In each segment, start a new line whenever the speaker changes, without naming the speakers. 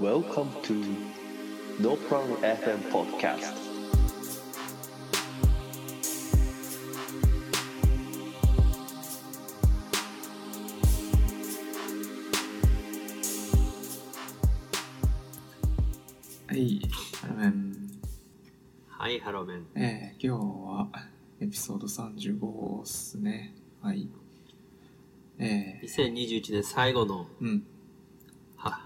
Welcome to No Problem FM Podcast.
はい、あのうん
はい、ハローメン。
えー今日はエピソード35ですね。はい。えー
2021年最後の、
うん。
は、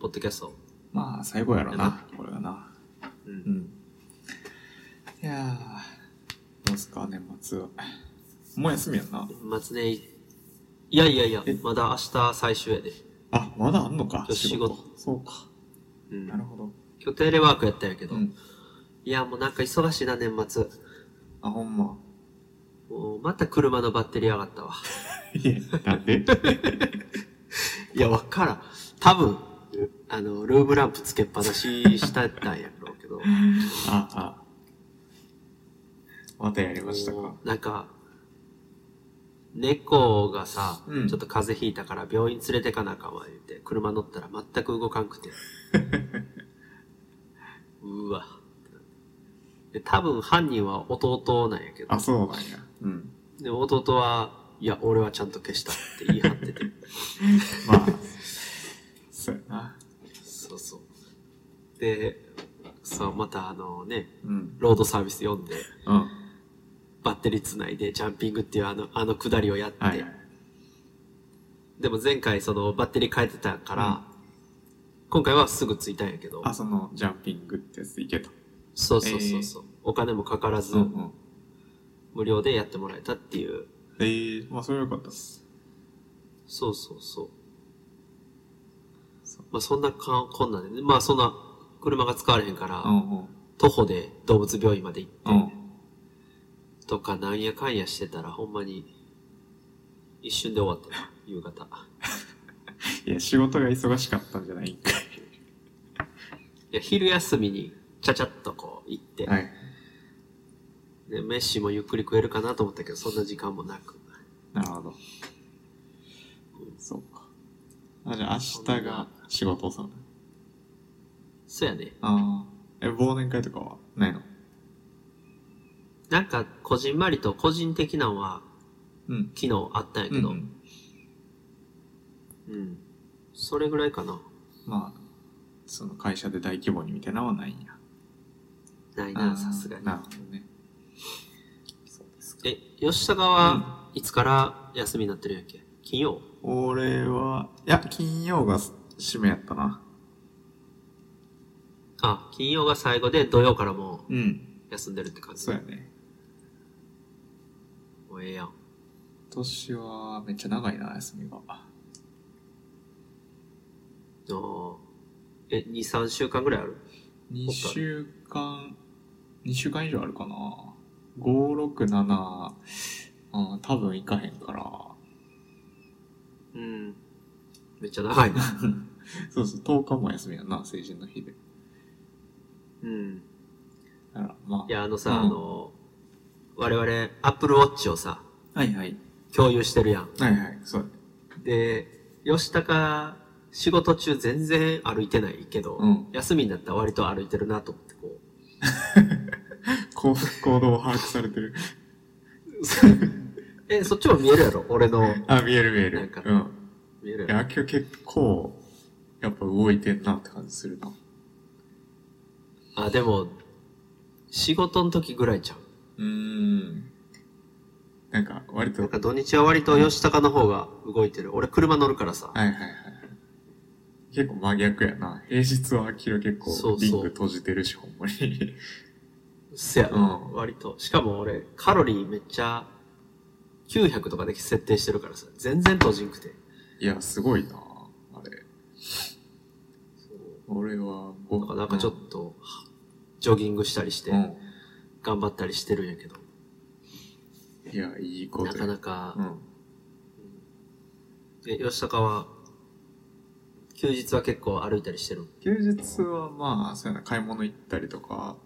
ポッドキャスト。
まあ、最後やろな、これはな。
う。
うんん。いやー、どうすか、年末は。もう休みやんな。
年末ね、いやいやいや
え、
まだ明日最終やで。
あ、まだあんのか。
仕事
そうか。
うん。
なるほど。
今日テレワークやったんやけど、
うん。
いや、もうなんか忙しいな、年末。
あ、ほ んま。
もうまた車のバッテリー上がったわ。
いえ、なんで
いや、わからん。多分、あの、ルームランプつけっぱなししたったんやろうけど。
あ、あ。またやりましたか
も。うなんか、猫がさ、
うん
ちょっと風邪ひいたから病院連れてかなあかんわ言って、車乗ったら全く動かんく て。うわ。で、多分犯人は弟なんやけど
あ、、そうなんや。うん。
でも弟は、いや、俺はちゃんと消したって言い張 ってて。
まあ、 そうやな。
そうそう。で、そう、またあのね、
うん。
ロードサービス読んで、
うん。
バッテリー繋いで、ジャンピングっていうあの、あの下りをやって、
はい。
でも前回そのバッテリー変えてたから、今回はすぐついたんやけど、
あ、その、ジャンピングってやついけた。
そうそうそうそう、お金もかからず、
ん。
無料でやってもらえたっていう、
えー、まあ、それはよかったっす。
そうそうそう。
そう
まあそんなかこんなんで、ね、まあそんな車が使われへんから、
うん
徒歩で動物病院まで行っ
うん。うん。
てとかなんやかんやしてたらほんまに一瞬で終わったな、夕方。
いや、仕事が忙しかったんじゃないんか
いや、昼休みにちゃちゃっとこう行って、
い。はい。
で、飯もゆっくり食えるかなと思ったけど、そんな時間もなく。
なるほど。そうか。あ、じゃあ、明日が仕事さん。
そやね。
ああ。え、忘年会とかはないの
なんか、こじんまりと個人的なのは、
うん。
昨日あったんやけど、うん。それぐらいかな。
まあ、その会社で大規模にみたいなのはないんや。
ない
あー
な、さすがに
な。るほどね。そうですか。
え、吉高は、いつから休みになってるんやっけ金曜
俺は、いや、金曜が締めやったな。
あ、金曜が最後で土曜からも
うん。
う休んでるって感じ。
そうやね。
もうええやん。
今年はめっちゃ長いな、休みが。
あーえ、2、3週間ぐらいある
2週間、2週間以上あるかな。5、6、7、うん、多分行かへんから。
うん。めっちゃ長いな。
そうそう、10日も休みやな、成人の日で。
うん。
だから、ま
いや、あのさ、
うん
あの、我々、Apple Watch をさ、
あ。はいはい。
共有してるやん。
はいはい、そう。
で、吉高、仕事中全然歩いてないけど、
うん
休みになったら割と歩いてるなと思って、こ
こう 行動を把握されてる。
う。え、そっちも見えるやろ俺の、
あ、見える見え
なん
る
か。
うん。
見える
い
や
や、
ろ
今日結構、やっぱ動いてんなって感じするな。
あ、でも、仕事の時ぐらいちゃう。
うーん。なんか、割と、
なん
は
か
い
土日は割と吉高の方が動いてる。俺車乗るからさ。
はいはいはい。結構真逆やな。平日はキロ
そ
結構
うそう
リング閉じてるし、ほんまに。
せやな、
うん
割と。しかも俺、カロリーめっちゃ、900とかで設定してるからさ。全然閉じんくて。
いや、すごいなあれ。俺は、ご
なんかなんかちょっと、ジョギングしたりして
う、ん。
頑張ったりしてるんやけど。
いや、いいこと
な
や
かなか、
うん。
え、吉高は、休日は結構歩いたりしてる
休日はまあ、そうやな、買い物行ったりとか、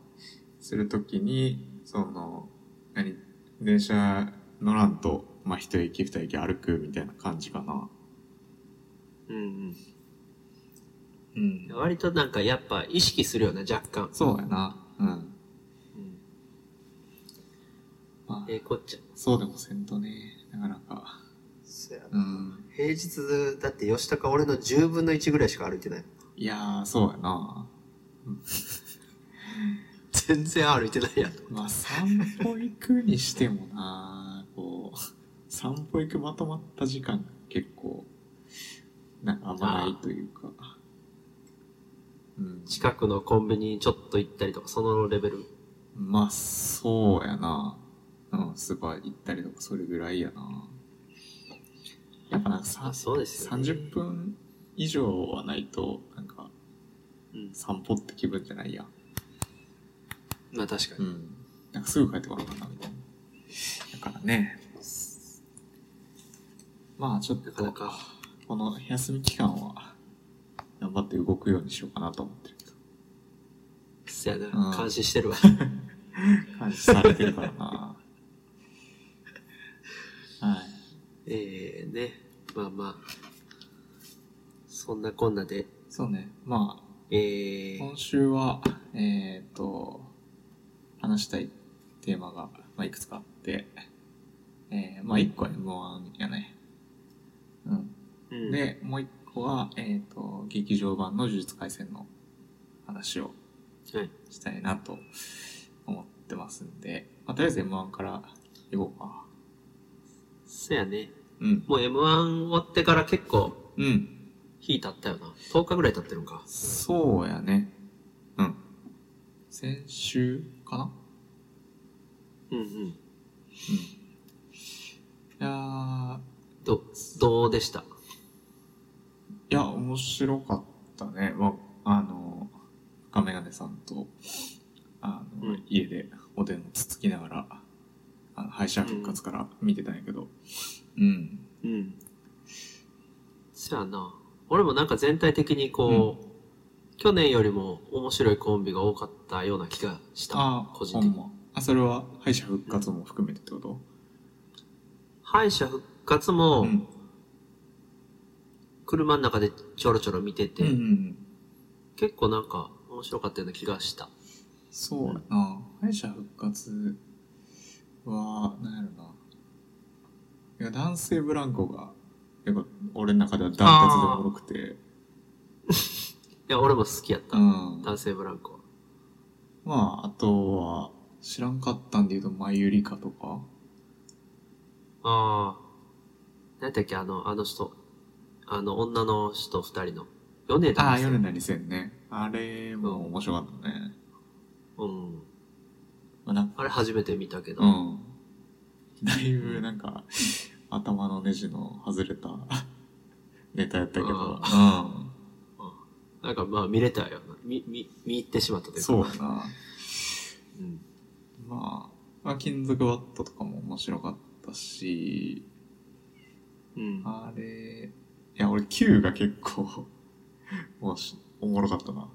するときに、その、何、電車乗らんと、まあ、一駅二駅歩くみたいな感じかな。
うんうん。
うん。
割となんかやっぱ意識するよね、若干。
そうやな。うん。
うん。
まあ、
ええこっちゃ。
そうでもせんとね、なかなか。
そやな
うん。
平日、だって吉高俺の10分の1ぐらいしか歩いてない。
いやー、そうやな。
全然歩いてないやん。
まあ、散歩行くにしてもな、こう、散歩行くまとまった時間が結構、なんかあんまないというか。うん。
近くのコンビニにちょっと行ったりとか、そのレベル。
まあ、そうやな。うん、スーパー行ったりとか、それぐらいやな。やっぱなんかさ
あ、そうですよ、ね。
30。分以上はないと、なんか、
うん。
散歩って気分じゃないやん。
まあ確か
う
に。
ん。なんかすぐ帰ってこなかったみたいな。だからね。まあちょっ
なかな
と、
か。
この休み期間は、頑張って動くようにしようかなと思ってるけ
そやな、
うん
監視してるわ。
ど。感じされてるから な。はい。
ええね。まあまあ。そんなこんなで。
そうね。まあ、
ええ
今週は、えっ、と、話したいテーマが、まあ、いくつかあって、えー、まあ、1個は M1 やね。うん。
うん、
で、もう一個は、えっ、と、劇場版の呪術廻戦の話を
はい。
したいなと思ってますんで、まあ、とりあえず M1 からいこうか。
そやね。
うん。
もう M1 終わってから結構、
うん。
日経ったよな。10日ぐらい経ってるんか。
そうやね。うん。先週かな
うんうん。
うん。いやー、
ど、どうでした
いや、面白かったね。まあ、あの、赤メガネさんと、あの、
うん
家でおでんをつつきながら、あの敗者復活から見てたんやけど、うん。
うん。そやな。俺もなんか全体的にこう、去年よりも面白いコンビが多かったような気がした。
ああ、
個人的に
ほんまあ、それは敗者復活も含めてってこと
敗者復活も
うん。
車の中でちょろちょろ見てて、
うんうんうん。
結構なんか面白かったような気がした。
そうやな。敗者復活は、なんやろな。いや、男性ブランコが、やっぱ俺の中ではダントツでもろくて、
いや、俺も好きやった。
うん。
男性ブランコは。
まあ、あとは、知らんかったんで言うと、マユリカとか。
ああ。なんだっけ、あの、あの人。あの、女の人二人の。米田
ああ、
ですよ
夜なりせんね。あれも面白かったね。
うん。
まあ、なんか、
あれ初めて見たけど。
うん。だいぶ、なんか、頭のネジの外れた ネタやったけど、う
なんかまあ見れたよな。見、見、見入ってしまったというか。
ん。そうやな。
うん。
まあ、まあ、金属バットとかも面白かったし、
うん。
あれ、いや、俺 Q が結構、 もうし、おもろかったな。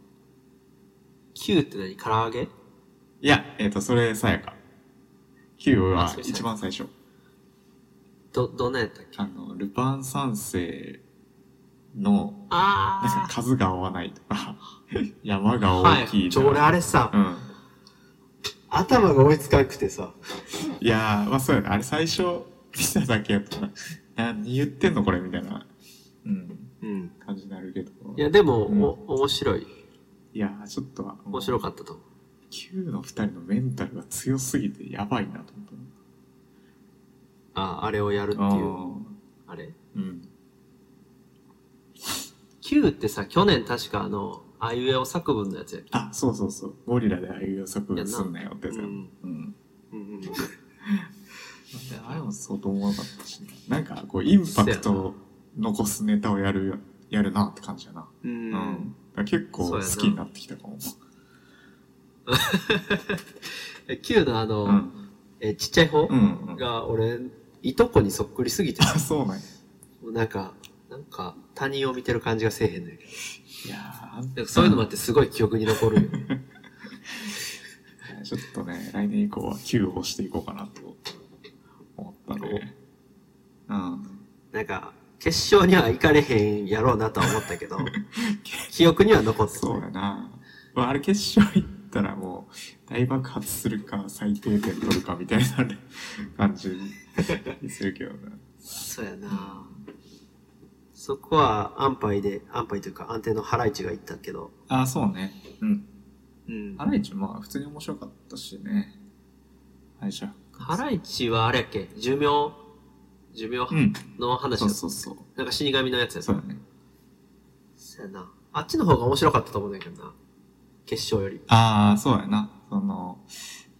Q って何唐揚げ
いや、えっ、と、それ、さやか。Q
あ
は
それさやか
一番最初。
ど、どんなんやったっけ
あの、ルパン三世の、なんか
あ
数が合わないとか、 山が
あ
大きい
ち
と
ょ、
か。
俺あれさ、
うん。
頭が追いつかなくてさ。
いやー、まあそうやね。あれ最初、見ただけやったら、何言ってんのこれみたいな、うん、
うん。
感じになるけど。
いや、でも、
うん
お、面白い。
いやー、ちょっと、
面白
っ
かったと思う。
た。Q の二人のメンタルが強すぎてやばいなと思っ
ああ、あれをやるって
た
い
な。
う。あれ
うんうん。
?Q ってさ、去年確かあの、あいうえお作文のやつやっけ
あ、そうそうそう。ゴリラでああいう予測すんなよってやつや
いやな
うん。
うんうん。
あれも相当おもろかったし、なんかこうインパクトを残すネタをやる、やるなって感じやな。
う。
うんだから結構好きになってきたかも。
え Q のあの、
うん。
えちっちゃい方、
うん、うん。
が、俺、いとこにそっくりすぎてさ
あ、 そうなんや。
もうなんか、なんか、他人を見てる感じがせえへんねんけど。
いやーあん
なんかそういうのもあってすごい記憶に残るよ。
ちょっとね、来年以降は Q をしていこうかなと思ったね。うん。
なんか、決勝には行かれへんやろうなとは思ったけど、記憶には残って
そう
る。
やな。まあ、あれ決勝行ったらもう、大爆発するか、最低点取るかみたいなね感じにするけどな。
そうやなそこは安牌で、安牌というか安定のハライチが行ったけど。
ああ、そうね。うん。
うん
ハ。ライチまあ、普通に面白かったしね。はい、じゃ
ハライチはあれやっけ寿命寿命
うん。
の話
そ
だ
うそうそう。
なんか死神のやつやった
そうだね。
そうやな。あっちの方が面白かったと思うんだけどな。決勝より。
ああ、そうやな。その、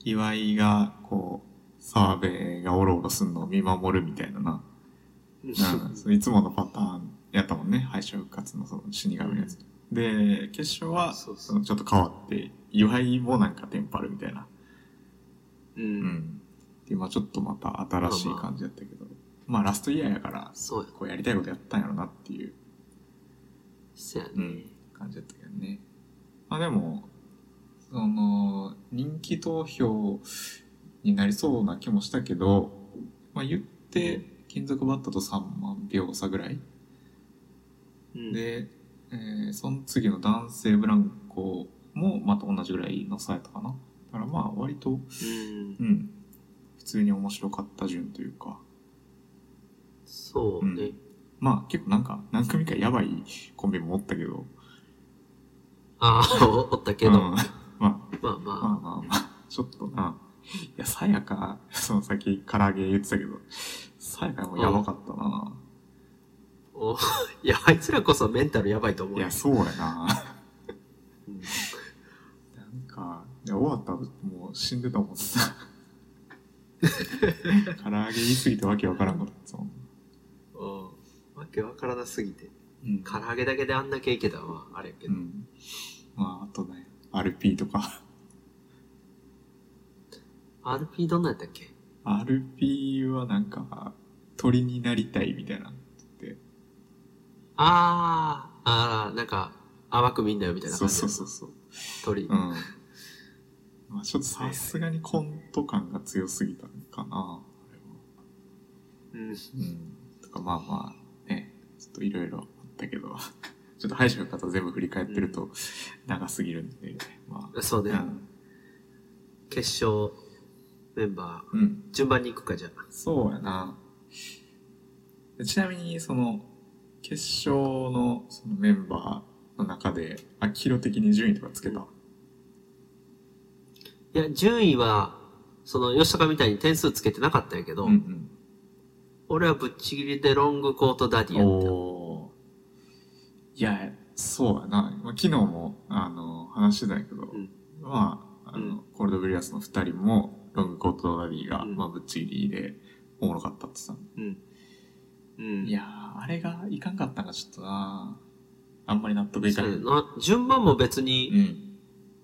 岩井が、こう、澤部がおろおろすんのを見守るみたいなな。 うん、そういつものパターンやったもんね敗者復活のその死神のやつ、で決勝は
そうそう
そのちょっと変わって岩井もなんかテンパるみたいな、
う。
うんん、で今ちょっとまた新しい感じやったけど、まあラストイヤーやから
そうや。
こうやりたいことやったんやろなっていう
そうやね。
うん感じだったけどね。まあでも、その、人気投票になりそうな気もしたけど、まあ言って、金属バットと3万票差ぐらい、
うん
で、えーその次の男性ブランコもまた同じぐらいの差やったかな。だからまあ割と、
うん
う。ん、普通に面白かった順というか、
そうね。
うんまあ結構なんか何組かやばいコンビもおったけど、
ああ、 おおったけど。
うん、
ま
まあ
あ
まあ
まあ。
まあまあ、ちょっとな。いや、さやか、その先、唐揚げ言ってたけど、さやかもやばかったな。
おいや、あいつらこそメンタルやばいと思
いう
よ
や、。そうやな。
うん
なんか、いや、終わったらもう死んでた もんさ。唐揚げ言いすぎてわけわからんことやったもん
うんわけわからなすぎて。
うん
唐揚げだけであんだけいけたのはあれやけ
う
ど。
ん。まあ、あとね、RP とか。
RP どんなんやったっけ
RP はなんか、鳥になりたいみたいな。って
ああ、ああ、なんか、甘く見んだよみたいな感
そう
じ。
そうそうそう。
鳥。
うん。まあちょっとさすがにコント感が強すぎたのかな。
うん
うん。とかまあまあね、ちょっといろいろあったけど、 ちょっと敗者の方全部振り返ってると長すぎるんで、まあ。
そう
う
ね。
ん。
決勝メンバ
うん。
ー、順番に行くかじゃあ。
そうやな。でちなみに、その、決勝のそのメンバーの中で、あきろ的に順位とかつけた。
いや、順位は、その、吉高みたいに点数つけてなかったんやけど、
うん
俺はぶっちぎりでロングコートダディやった。
おーいやそうやな、まあ、昨日もあの話してたんやけど、
ん
まああの、
うん
コールドブリアスの2人もロングコートダディが、
うん
まあ、ぶっちぎりでおもろかったってさ、
うん。うん。
いやーあれがいかんかったんがちょっとなあんまり納得いか
そ
な
う
い、
やな順番も別
う
に、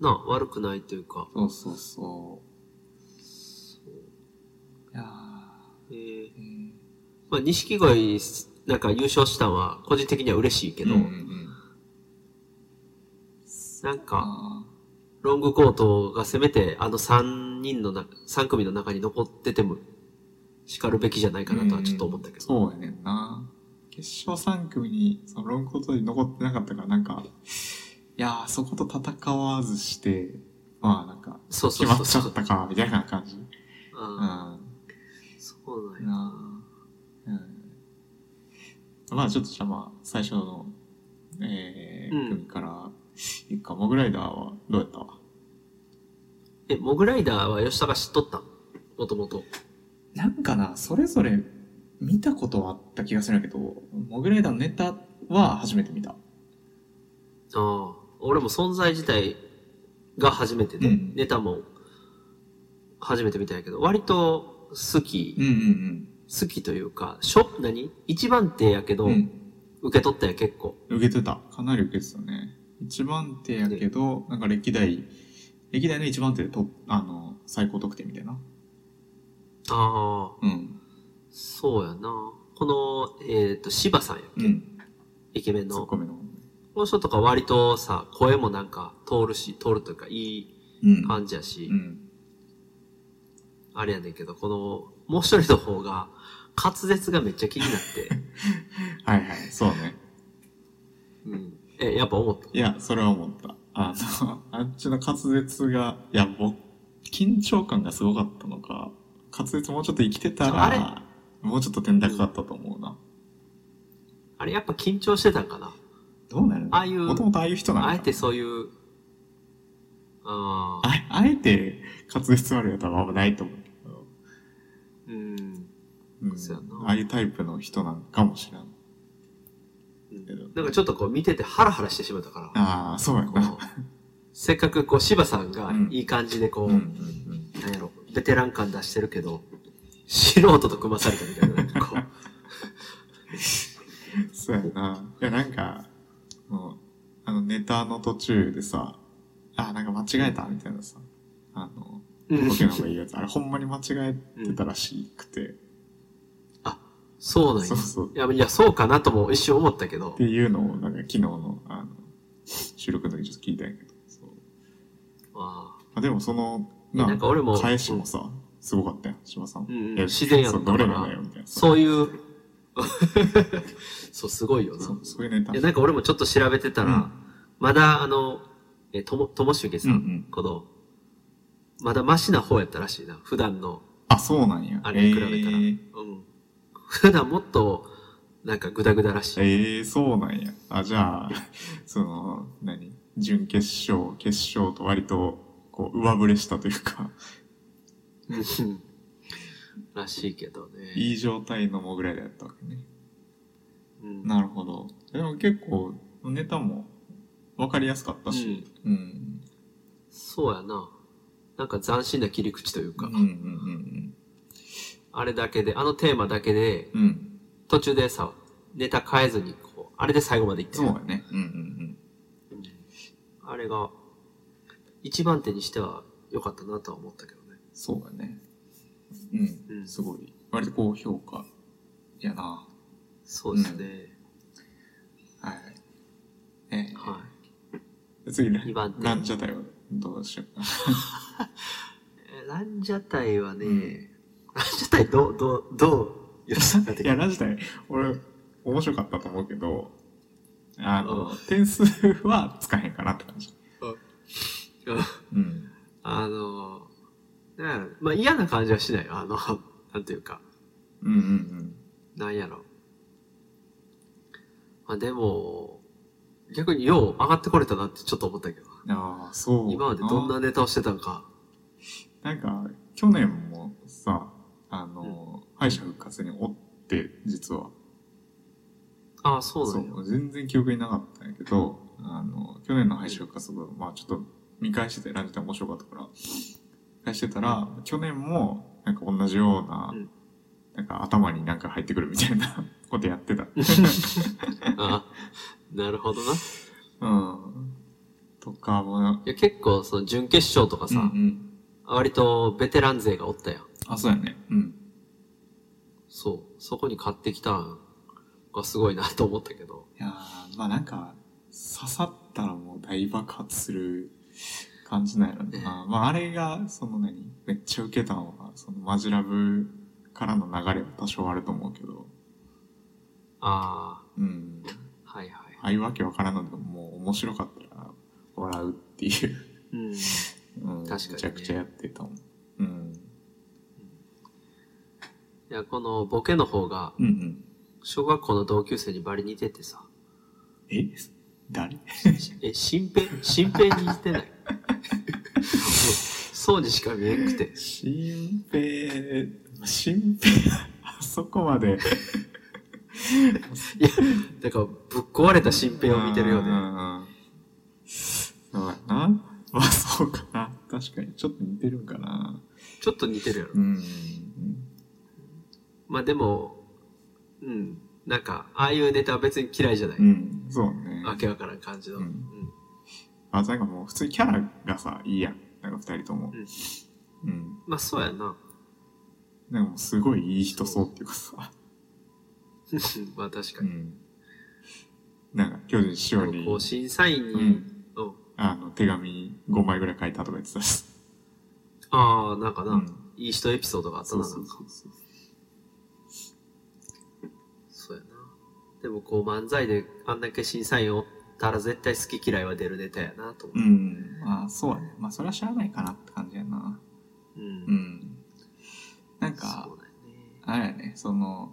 ん
な、悪くないというか。
そうそうそういや
えー
ー、えー
まあ、錦鯉、なんか優勝したんは、個人的には嬉しいけど、
うんうんうん
なんか、
あ
ロングコートがせめて、あの3人のな、3組の中に残ってても、叱るべきじゃないかなとはちょっと思ったけど。
うんそうやねんな決勝3組にそのロングコートに残ってなかったからなんかいやーそこと戦わずしてまあなんか
そうそ
決
う
ま
そう
っち
そ
ゃ
う。
ったかみたいな感じうん
うん
な
そうなんやな。
あうんまあちょっとじゃあまあ最初のえー
うん
組からいくかモグライダーはどうやった
え、モグライダーは吉高知っとったもともと。
なんかなそれぞれ見たことはあった気がするんだけどモグライダーのネタは初めて見た
ああ。俺も存在自体が初めてで、
うん
ネタも初めて見たんやけど、割と好き、
うんうん
好きというか、しょ、何一番手やけど、
うん
受け取ったんや結構。
受けてたかなり受けてたね一番手やけどなんか歴代歴代の一番手でトップあの最高得点みたいな
ああ、
うん
そうやな。この、えっ、と、柴さんや。
うん
イケメン
ツッ
の。こ
コミの
の人とか割とさ、声もなんか通るし、通るというかいい
うん
感じやし、
うん
あれやねんけど、この、もう一人の方が、 滑舌がめっちゃ気になって、
はいはいそうね
うん。え、やっぱ思った。
いや、それは思った。あの、 あっちの滑舌が、いや、僕、緊張感がすごかったのか、滑舌もうちょっと生きてた
あ
ら、もうちょっと点高かったと思うな。
あれやっぱ緊張してたんかな
どうなる
ああいう
もともとああいう人なのか
あ
な
えてそういう、ああ、
ああえて滑舌悪いやつは危ないと思うけど、
うん。
うん
そうやな
ああいうタイプの人なんかもしれんけど。
なんかちょっとこう見ててハラハラしてしまったから。
ああ、そうや
こ
な。
うせっかくこう柴さんが
うん
いい感じでこう、
うんうんうん。
なんやろベテラン感出してるけど素人と組まされたみたいななんかこう
そうやな。いや、なんか、もうあの、ネタの途中でさ、ああ、なんか間違えたみたいなさ、あの、
うん
ボケの方がいいやつ、あれほんまに間違えてたらしくて、
そうなんや
そうそう。
いやいやそうかなとも一瞬思ったけど
っていうのを、なんか昨日の、あの、収録の時ちょっと聞いたんやけど、そう。
ああ
まあ、でもその、
えなんか俺も
返しもさ、すごかったよ、柴さん。
うんうん
いや
自然やった
そうどれなのよ、みたいな。
そういう そうすごいよな
そう、そういうネタ。
いやなんか俺もちょっと調べてたら、
うん
まだあのえともともしげさん、
うんうん
このまだマシな方やったらしいな普段の
あ、そうなんや。
あれに比べたら、
えー
うん、普段もっとなんかグダグダらしい
えー、そうなんや。あ、じゃあ、その、何準決勝、決勝と割と、こう、上振れしたというか、
うん らしいけどね。
いい状態のもぐらいだったわけね。
うん
なるほど。でも結構、ネタも分かりやすかったし、うん。
そうやな。なんか斬新な切り口という
うん、
か、
うん、うん
あれだけで、あのテーマだけで、
うん。うん。
途中でさ、ネタ変えずに、こう、あれで最後までいって
そう
る
やね。うん、うん、
あれが、一番手にしては良かったなとは思ったけどね。
うん。そうやね。うん。
うん
すごい。割と高評価。やな。
そうですね。
はい。えー
は
次、ラ
二番手
ンジャタイはどうしようか。
い。えランジャタイはね、
うん
ランジャタイどう、どう、どう、予算がで
い
き
や、
る
ラジタイ、俺、面白かったと思うけど、あの
う、
点数はつかへんかなって感じ。うん。
あの、なんやろまあ嫌な感じはしないよ。あの、 なんていうか。
うんうん
なんやろ。まあでも、逆によう上がってこれたなってちょっと思ったけど。
うん。ああ、そう。
今までどんなネタをしてたんか。
なんか、去年もさ、あの、敗者復活におって、実は。
ああ、そうなんや。
そう全然記憶になかったんやけど、あの、去年の配信活動、まあちょっと見返してて、ラジタイ面白かったから、返してたら、去年も、なんか同じような、
うん
なんか頭になんか入ってくるみたいな ことやってた。
ああ なるほどな。い
うん。とかも、
や結構、その準決勝とか
うんう
さ、
ん
割とベテラン勢がおったやん。
あ、そうやね。うん。
そう。そこに買ってきたんがすごいなと思ったけど。
いやーまあなんか、刺さったらもう大爆発する感じなんやろな。
ね
まああれが、その何、めっちゃウケたのは、そのマジラブからの流れは多少あると思うけど、
あ
うん。
あ、はいはい。
ああいうわけわからんのでも、もう面白かったら笑うって いう、
うん。
うん、
確かにね
めちゃくちゃやってたもん。うん。
いや、このボケの方が、
うんうん。
小学校の同級生にバリ似ててさ、
え誰
え、新平新平に似てない そうにしか見えんくて。
新平、新平、あ そこまで。
いや、だからぶっ壊れた新平を見てるよ
う
ね。
んそうやな。 まあそうかな。確かに。ちょっと似てるんかな。
ちょっと似てるやろ。
うん。
まあでも、うん。なんか、ああいうネタは別に嫌いじゃない。
うん。そうね。
わけわからん感じの。
う
うんん。
あ、なんかもう普通にキャラがさ、いいやん。なんか二人とも。うん。
まあそうやな。
なんかもうすごいいい人そうっていうかさ。
まあ確か
う
に。
ん。なんか、巨人師匠に、
こう、審査員に、
う
うん。
ん。あの、手紙5枚ぐらい書いたとか言ってたし。
ああ、なんかな、
うん
いい人エピソードがあったな、なんか。
そう。
そうやな。でもこう漫才であんだけ審査員おったら絶対好き嫌いは出るネタやなと思
う
って。
ん。まあ、そうやね。まあ、それは知らないかなって感じやな。
うん。
う。
なん
なんか
そ、うだよね。
あれやね、その、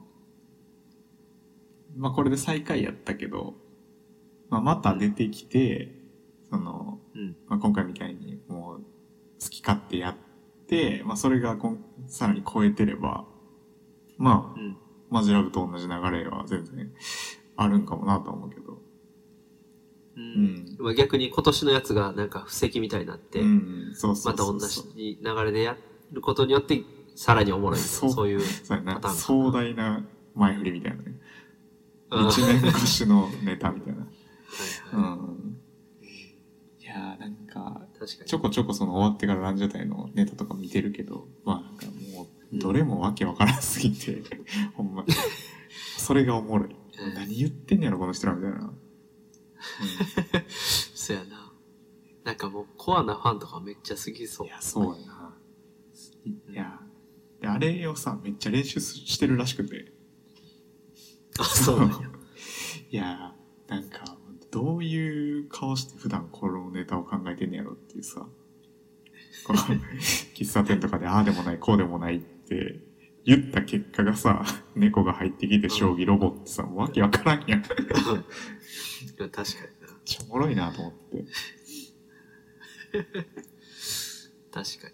まあ、これで最下位やったけど、まあ、また出てきて、その、
うん。
まあ、今回みたいにもう好き勝手やって、まあ、それがこんさらに超えてれば、まあ、
うん。
マジラブと同じ流れは全然あるんかもなとは思うけど。
う。
うんん。
まあ逆に今年のやつがなんか布石みたいになって、
うん、そうそ
ま
う
た
そ
同
う
じ
そう。
流れでやることによって、さらにおもろいみたいな
そう
そう いう。
そうやな
パターンか
壮大な前振りみたいなね。
うん
一年越しのネタみた いな。
はいは
うん。いやー、なんか、
い確かに。
ちょこちょこその終わってからランジャタイのネタとか見てるけど、まあなんかもう、どれもわけわからんすぎて、 ほんまに。それがおもろい。
うん
何言ってんねやろ、この人らみたいな。
そうやな。なんかもうコアなファンとかめっちゃ好きそう
い。や、そうやな。いや、であれをさ、めっちゃ練習すしてるらしくて。
あ、そうな んや。
いや、なんか、どういう顔して普段このネタを考えてんねやろっていうさ、この 喫茶店とかでああでもない、こうでもないって言った結果がさ、 猫が入ってきて将棋ロボってさ、もうわけわからんやん。めっ
いや確かにな。
ちゃおもろいなと思って。
確かに。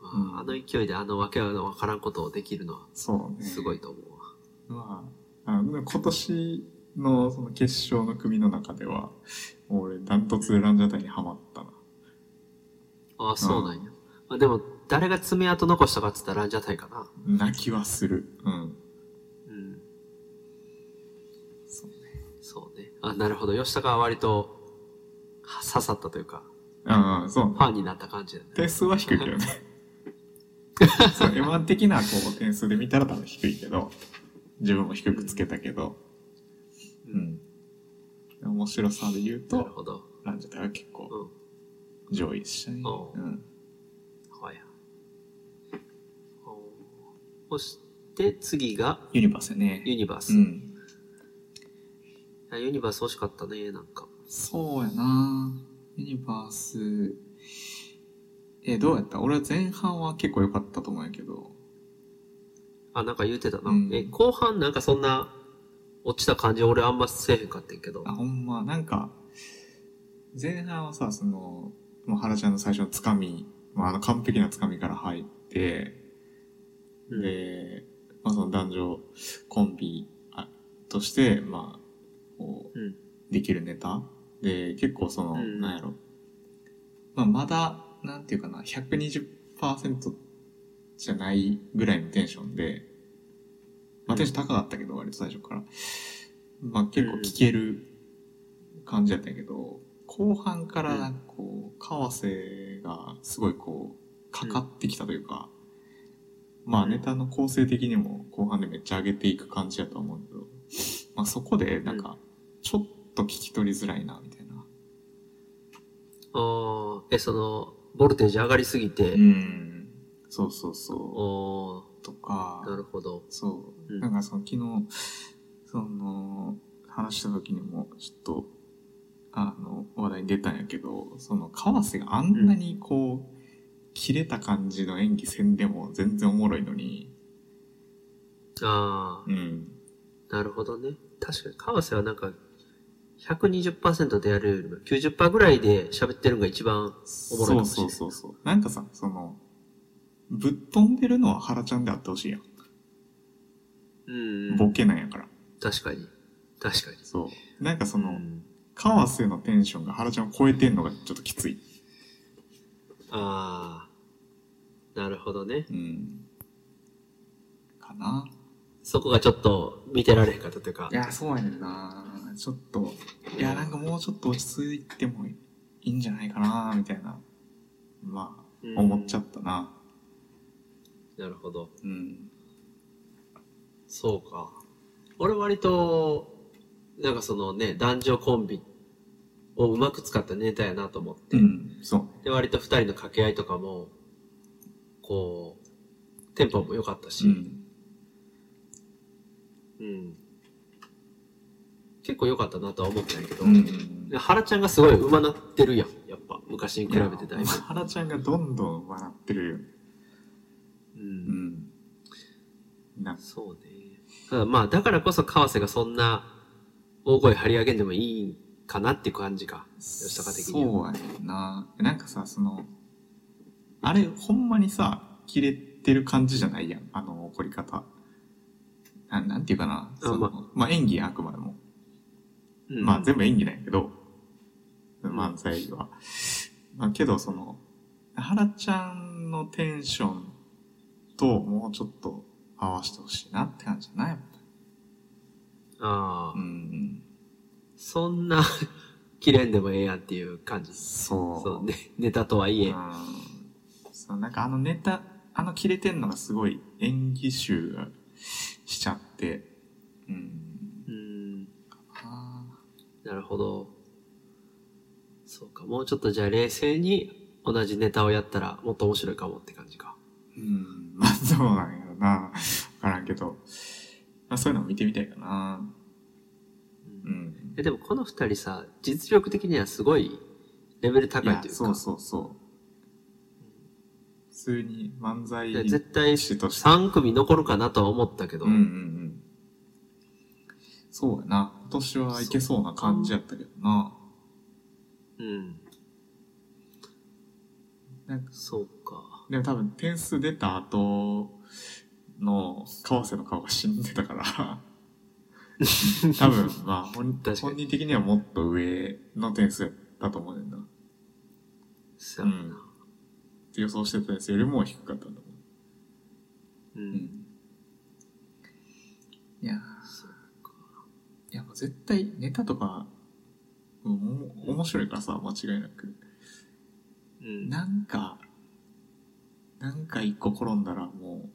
まあ
うん
あの勢いであのわけのわからんことをできるのは
そうね。
すごい。と思うわ。
まあ、あの今年のその決勝の組の中では、もう俺ダントツでランジャタイにハマったな。
ああ、そうなんや。まあ、でも、誰が爪痕残したかって言ったらランジャタイかな。
泣きはする。うん。
うん。
そうね。
そうね。あ、なるほど。吉高は割と、は刺さったというか、
ああ、そう
ファンになった感じだね。
点数は低 いけどね。そう、M1 的なこう点数で見たら多分低いけど、自分も低くつけたけど、う。ん。面白さで言う
なる
と、
ほど。
ランジャタイは結
う
構
ん。
上位でしたね。
う
うん。
ほや。おーそして、次が、
ユニバースやね。
ユニバース。
うん。
あユニバース惜しかったね、なんか。
そうやなユニバース、え、どうやった俺は前半は結構良かったと思うんやけど、
あ、なんか言うてたな。
うん
え、後半なんかそんな、落ちた感じ俺あんませえへんかったんやけど。
あ、ほんま、なんか、前半はさ、その、もう原ちゃんの最初のつかみ、まあ、あの完璧なつかみから入って、
うん
で、まあ、その男女コンビあとして、まあ、こう、
うん
できるネタで、結構その、
うん
なんやろ、まあ、まだ、なんていうかな、120%じゃないぐらいのテンションで、まあ、テンション高かったけど、割と最初から。まあ、結構聞ける感じやったんやけど、後半からなんかこう、河瀬がすごいこう、かかってきたというか、まあ
うん
ネタの構成的にも後半でめっちゃ上げていく感じやと思うけど、まあそこでなんか、ちょっと聞き取りづらいな、みたいな。
あーえ、その、ボルテージ上がりすぎて、
ん。そうそうそ
お
う。とか
ー、なるほど。
そう、
うん
なんかその昨日その話した時にもちょっとあの話題に出たんやけどその川瀬があんなにこう、切れた感じの演技せんでも全然おもろいのに、
あ
うん、
あ、なるほどね。確かに、川瀬はなんか、120%でやるよりも90%ぐらいで喋ってるのが一番、おもろいか
そ
も
う
しれ
そ
ん
うそうそうなんかさそのぶっ飛んでるのは原ちゃんであってほしいやん、
うん、
ボケなんやから
確かに。確かに。
そうなんかその、
うん
川瀬のテンションが原ちゃんを超えてんのがちょっときつい、
ああ、なるほどね。
うん、かな
そこがちょっと見てられへんかったというか
い。や、そうやねんな。ちょっと、いや、なんかもうちょっと落ち着いてもいいんじゃないかな、みたいな、ま
うん
あ、思っちゃったな。
なるほど。
うん。
そうか。俺割と、なんかそのね、男女コンビをうまく使ったネタやなと思って。
うん、そ
で、割と二人の掛け合いとかも、こう、テンポも良かった
う。う
し、
ん。
うん。結構良かったなとは思ったんやけど、
うん
で原ちゃんがすごい上手なってるやんやっぱ昔に比べてだいぶ、
原ちゃんがどんどん笑ってるよね
う、
うんんな
そうねただまあだからこそ川瀬がそんな大声張り上げんでもいいかなっていう感じか吉高的には
そうやねんななんかさそのあれほんまにさ切れてる感じじゃないやんあの怒り方ななんていうかな
あ
その
まあ
まあ演技やあくまでも
うん
まあ全部演技なんやけど、漫才は。まあけどその、原ちゃんのテンションともうちょっと合わせてほしいなって感じだな、やっぱ
ああ、
り。うん。
そんな 切れんでもええやんっていう感じ
そう。
そう、ね、ネタとはいえ、
うん。そう、なんかあのネタ、あの切れてんのがすごい演技集がしちゃって、うん。
うん、
あ
なるほど。そうか、もうちょっとじゃあ冷静に同じネタをやったらもっと面白いかもって感じか。
ーうん、まあそうなんやろな。わからんけど。まあそういうのも見てみたいかな。
う
うんん。
えでもこの二人さ、実力的にはすごいレベル高いというか、
そうそうそう普通に漫才
いや絶対
師として
3組残るかなとは思ったけど、
うんうんうんそうやな今年はいけそうな感じやったけどな
うん
なんか
そうか。
でも多分点数出た後の川瀬の顔が死んでたから多分まあ本
確かに
本人的にはもっと上の点数だと思うねんな
そうやな。
予想してた点数よりも低かったと思
う
う、
ん。
いやー
そうか
いや、もう絶対ネタとか、うん、おも面白いからさ、間違いなく。
うん。
なんか、なんか一個転んだらもう、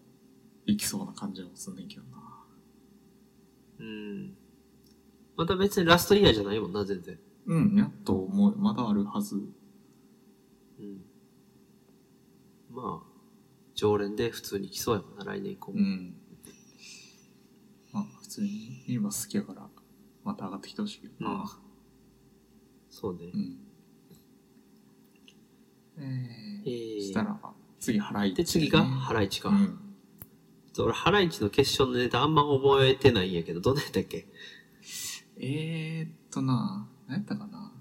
いきそうな感じもすんねんけどな。
うん。また別にラストイヤーじゃないもんな、全然。
うん、やっと思う。まだあるはず。
うん。まあ、常連で普通に来そうやもんな、来年以降も。
ん。まあ、普通にメンバー好きやから、また上がってきてほしいけどな。
そうね
う。ん。え
え
ー、
ー
したら、次、払い。
で、次がハライチか。
う
ちょ
ん。
っと俺、ハライチの決勝のネタあんま覚えてないんやけど、どんなんやったっけ
えー、っとな、何やったかな。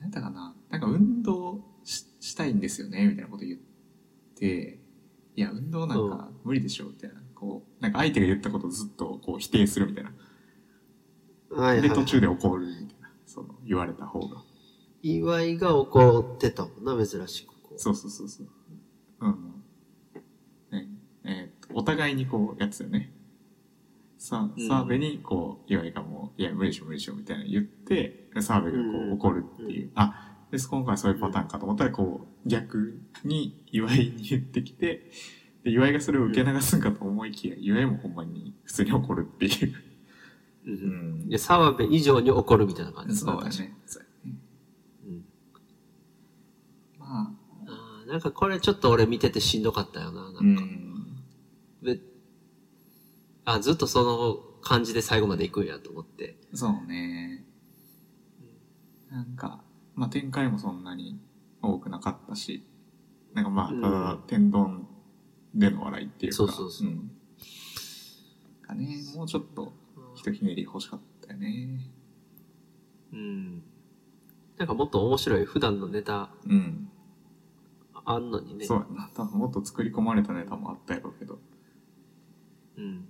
何やったかな。なんか運動ししたいんですよね、みたいなこと言って、いや、運動なんか無理でしょ、みたいな。こう、なんか相手が言ったことをずっとこう否定するみたいな。
は
で、途中で怒るみたいな。その、言われた方が。
岩井が怒ってたもんな、珍しくこう。
そうそうそうそう。うん。ね、えーっと、お互いにこう、やつよね。さ、
うん
澤部にこう、岩井がもう、いや、無理でしょ、無理でしょ、みたいな言って、澤部がこ
うん
う、怒るっていう。あ、で、今回はそういうパターンかと思ったら、こう、逆に岩井に言ってきて、で、岩井がそれを受け流すんかと思いきや、岩井もほんまに普通に怒るっていう。
う。
うんん
いや、澤部以上に怒るみたいな感じ
そうだ
確か
ね。そうだね。
にうん
まあ、
あーなんかこれちょっと俺見ててしんどかったよな、な
うん
か。
ん。
であ、ずっとその感じで最後まで行くんやと思って。
そうね。なんか、まあ、展開もそんなに多くなかったし、なんかまあ、
うん
ただ天丼での笑いっていうか、
そうそうそうん
なんかね、もうちょっとひとひねり欲しかったよね。
うん。なんかもっと面白い普段のネタ
うん。
あんのにね。
そうやな。多分もっと作り込まれたネタもあったやろうけど。
うん。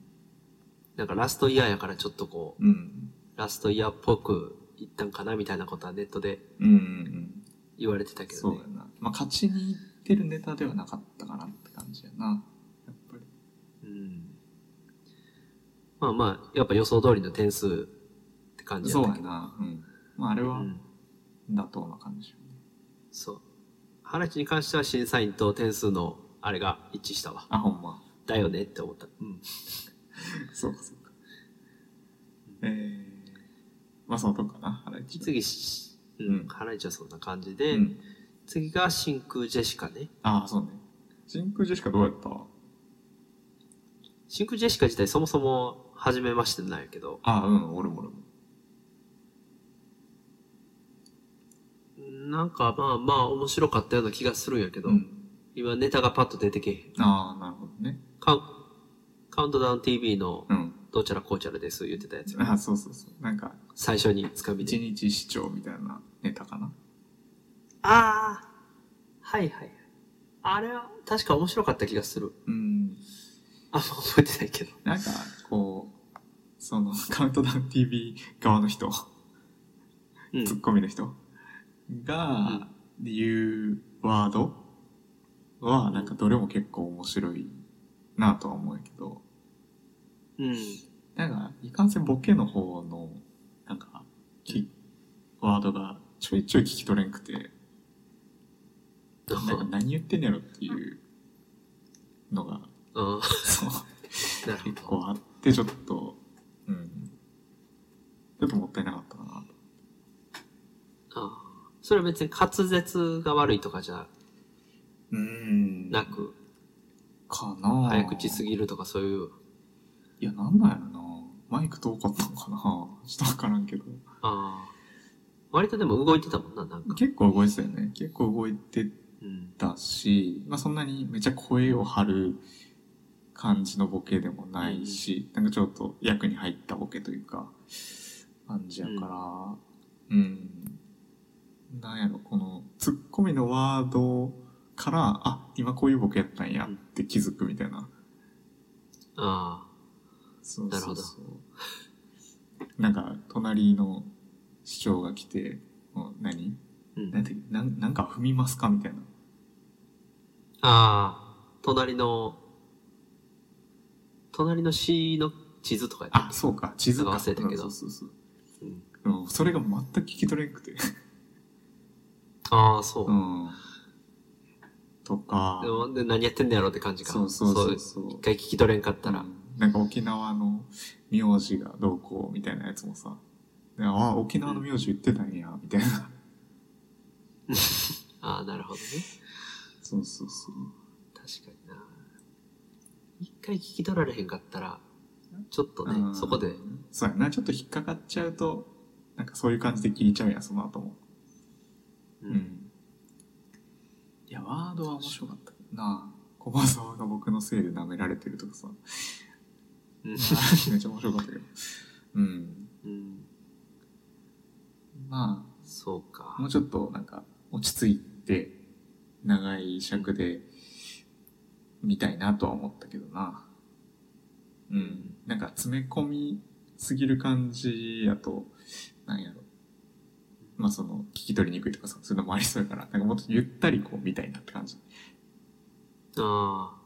なんかラストイヤーやからちょっとこ
うん。
う、ラストイヤーっぽくいったんかなみたいなことはネットで
うんうんうん。
言われてたけど
そう
ね
や。な。まあ、勝ちにいってるネタではなかったかなって感じやな。やっぱり。
うん。まあまあ、やっぱ予想通りの点数って感じだ
そ
っ
う
た
や
けど。
な。うん。まあ、あれ
う
は
ん。
妥当な感じよね。
そう。ハライチに関しては審査員と点数のあれが一致したわ。
あ、ほんま。
だよねって思った。うん。
そうかそうか。えー、まあそうとこかな、原市。
次し、う。
うんん
ハライチはそんな感じで、
うん。
次が真空ジェシカね。
ああ、そうね。真空ジェシカどうやった
真空ジェシカ自体そもそも初めましてなんやけど、
ああ、うん、俺も俺も。
なんかまあまあ面白かったような気がするんやけど、
うん。
今ネタがパッと出てけへん。
ああ、なるほどね。
カウンカウントダウン TV の
うん。
どうちゃらこうちゃらです言ってたやつ。
ああ、そうそうそう。なんか、
最初につかみ
一
で。
日市長みたいなネタかな。
ああ、はいはい。あれは確か面白かった気がする。
うん。
あんま覚えてないけど。
なんか、こう、その、 カウントダウン TV 側の人、
う
ツッ
ん。
コミの人が言うワードは、なんかどれも結構面白いなとは思うけど、
うん。
なんか、いかんせんボケの方の、なんか、き、ワードがちょいちょい聞き取れんくて、 なんか何言ってんやろっていうのが、
あ
そう、
あ、なる
結
ほど。
構あって、ちょっと、うん、ちょっともったいなかったかなと。
ああそれは別に滑舌が悪いとかじゃ
うん
なく、
かな
早口す
ぎ。
ぎるとかそういう、
いや、なんなんやろなマイク遠かったのかなちょっとわからんけど。
ああ。割とでも動いてたもんな、なんか。
結構動いてたよね。結構動いて
うん。
だし、まあ、そんなにめちゃ声を張る感じのボケでもないし、なんかちょっと役に入ったボケというか、感じやから、うん、なんやろ、このツッコミのワードから、あ、今こういうボケやったんやって気づくみたいな。
あ
そうそうそう。なんか、隣の市長が来て、もう何
あ。うん。
なんてなんなんか踏みますかみたいな。
ああ、隣の、隣の市の地図とかやった
あ、そうか、地図か。
なんか忘れたけど
うんそうそうそう。
うん
うん、それが全く聞き取れなくて。
ああ、そう。
うん。とか
で、もで何やってんだやろって感じか。
そうそうそうそう
一回聞き取れんかったら。
うんなんか沖縄の名字がどうこうみたいなやつもさ、でああ、沖縄の名字言ってたんや、みたいな。
ああ、なるほどね。
そうそうそう。
確かにな。一回聞き取られへんかったら、ちょっと
う
ね、
ん
そこで。。
そうやな、ちょっと引っかかっちゃうと、なんかそういう感じで聞いちゃうやん、その後も。
う
う。ん。いや、ワードは面白かったけど な。駒沢が僕のせいで舐められてるとか さ。
うん
めっちゃ面白かったけど。うん。
うん。
ま
そう
あ、も
か。
うちょっとなんか落ち着いて、長い尺で、見たいなとは思ったけどな。うん。なんか詰め込みすぎる感じやと、なんやろ。まあその、聞き取りにくいとかさ、そういうのもありそうやから、なんかもっとゆったりこう見たいなって感じ。
あ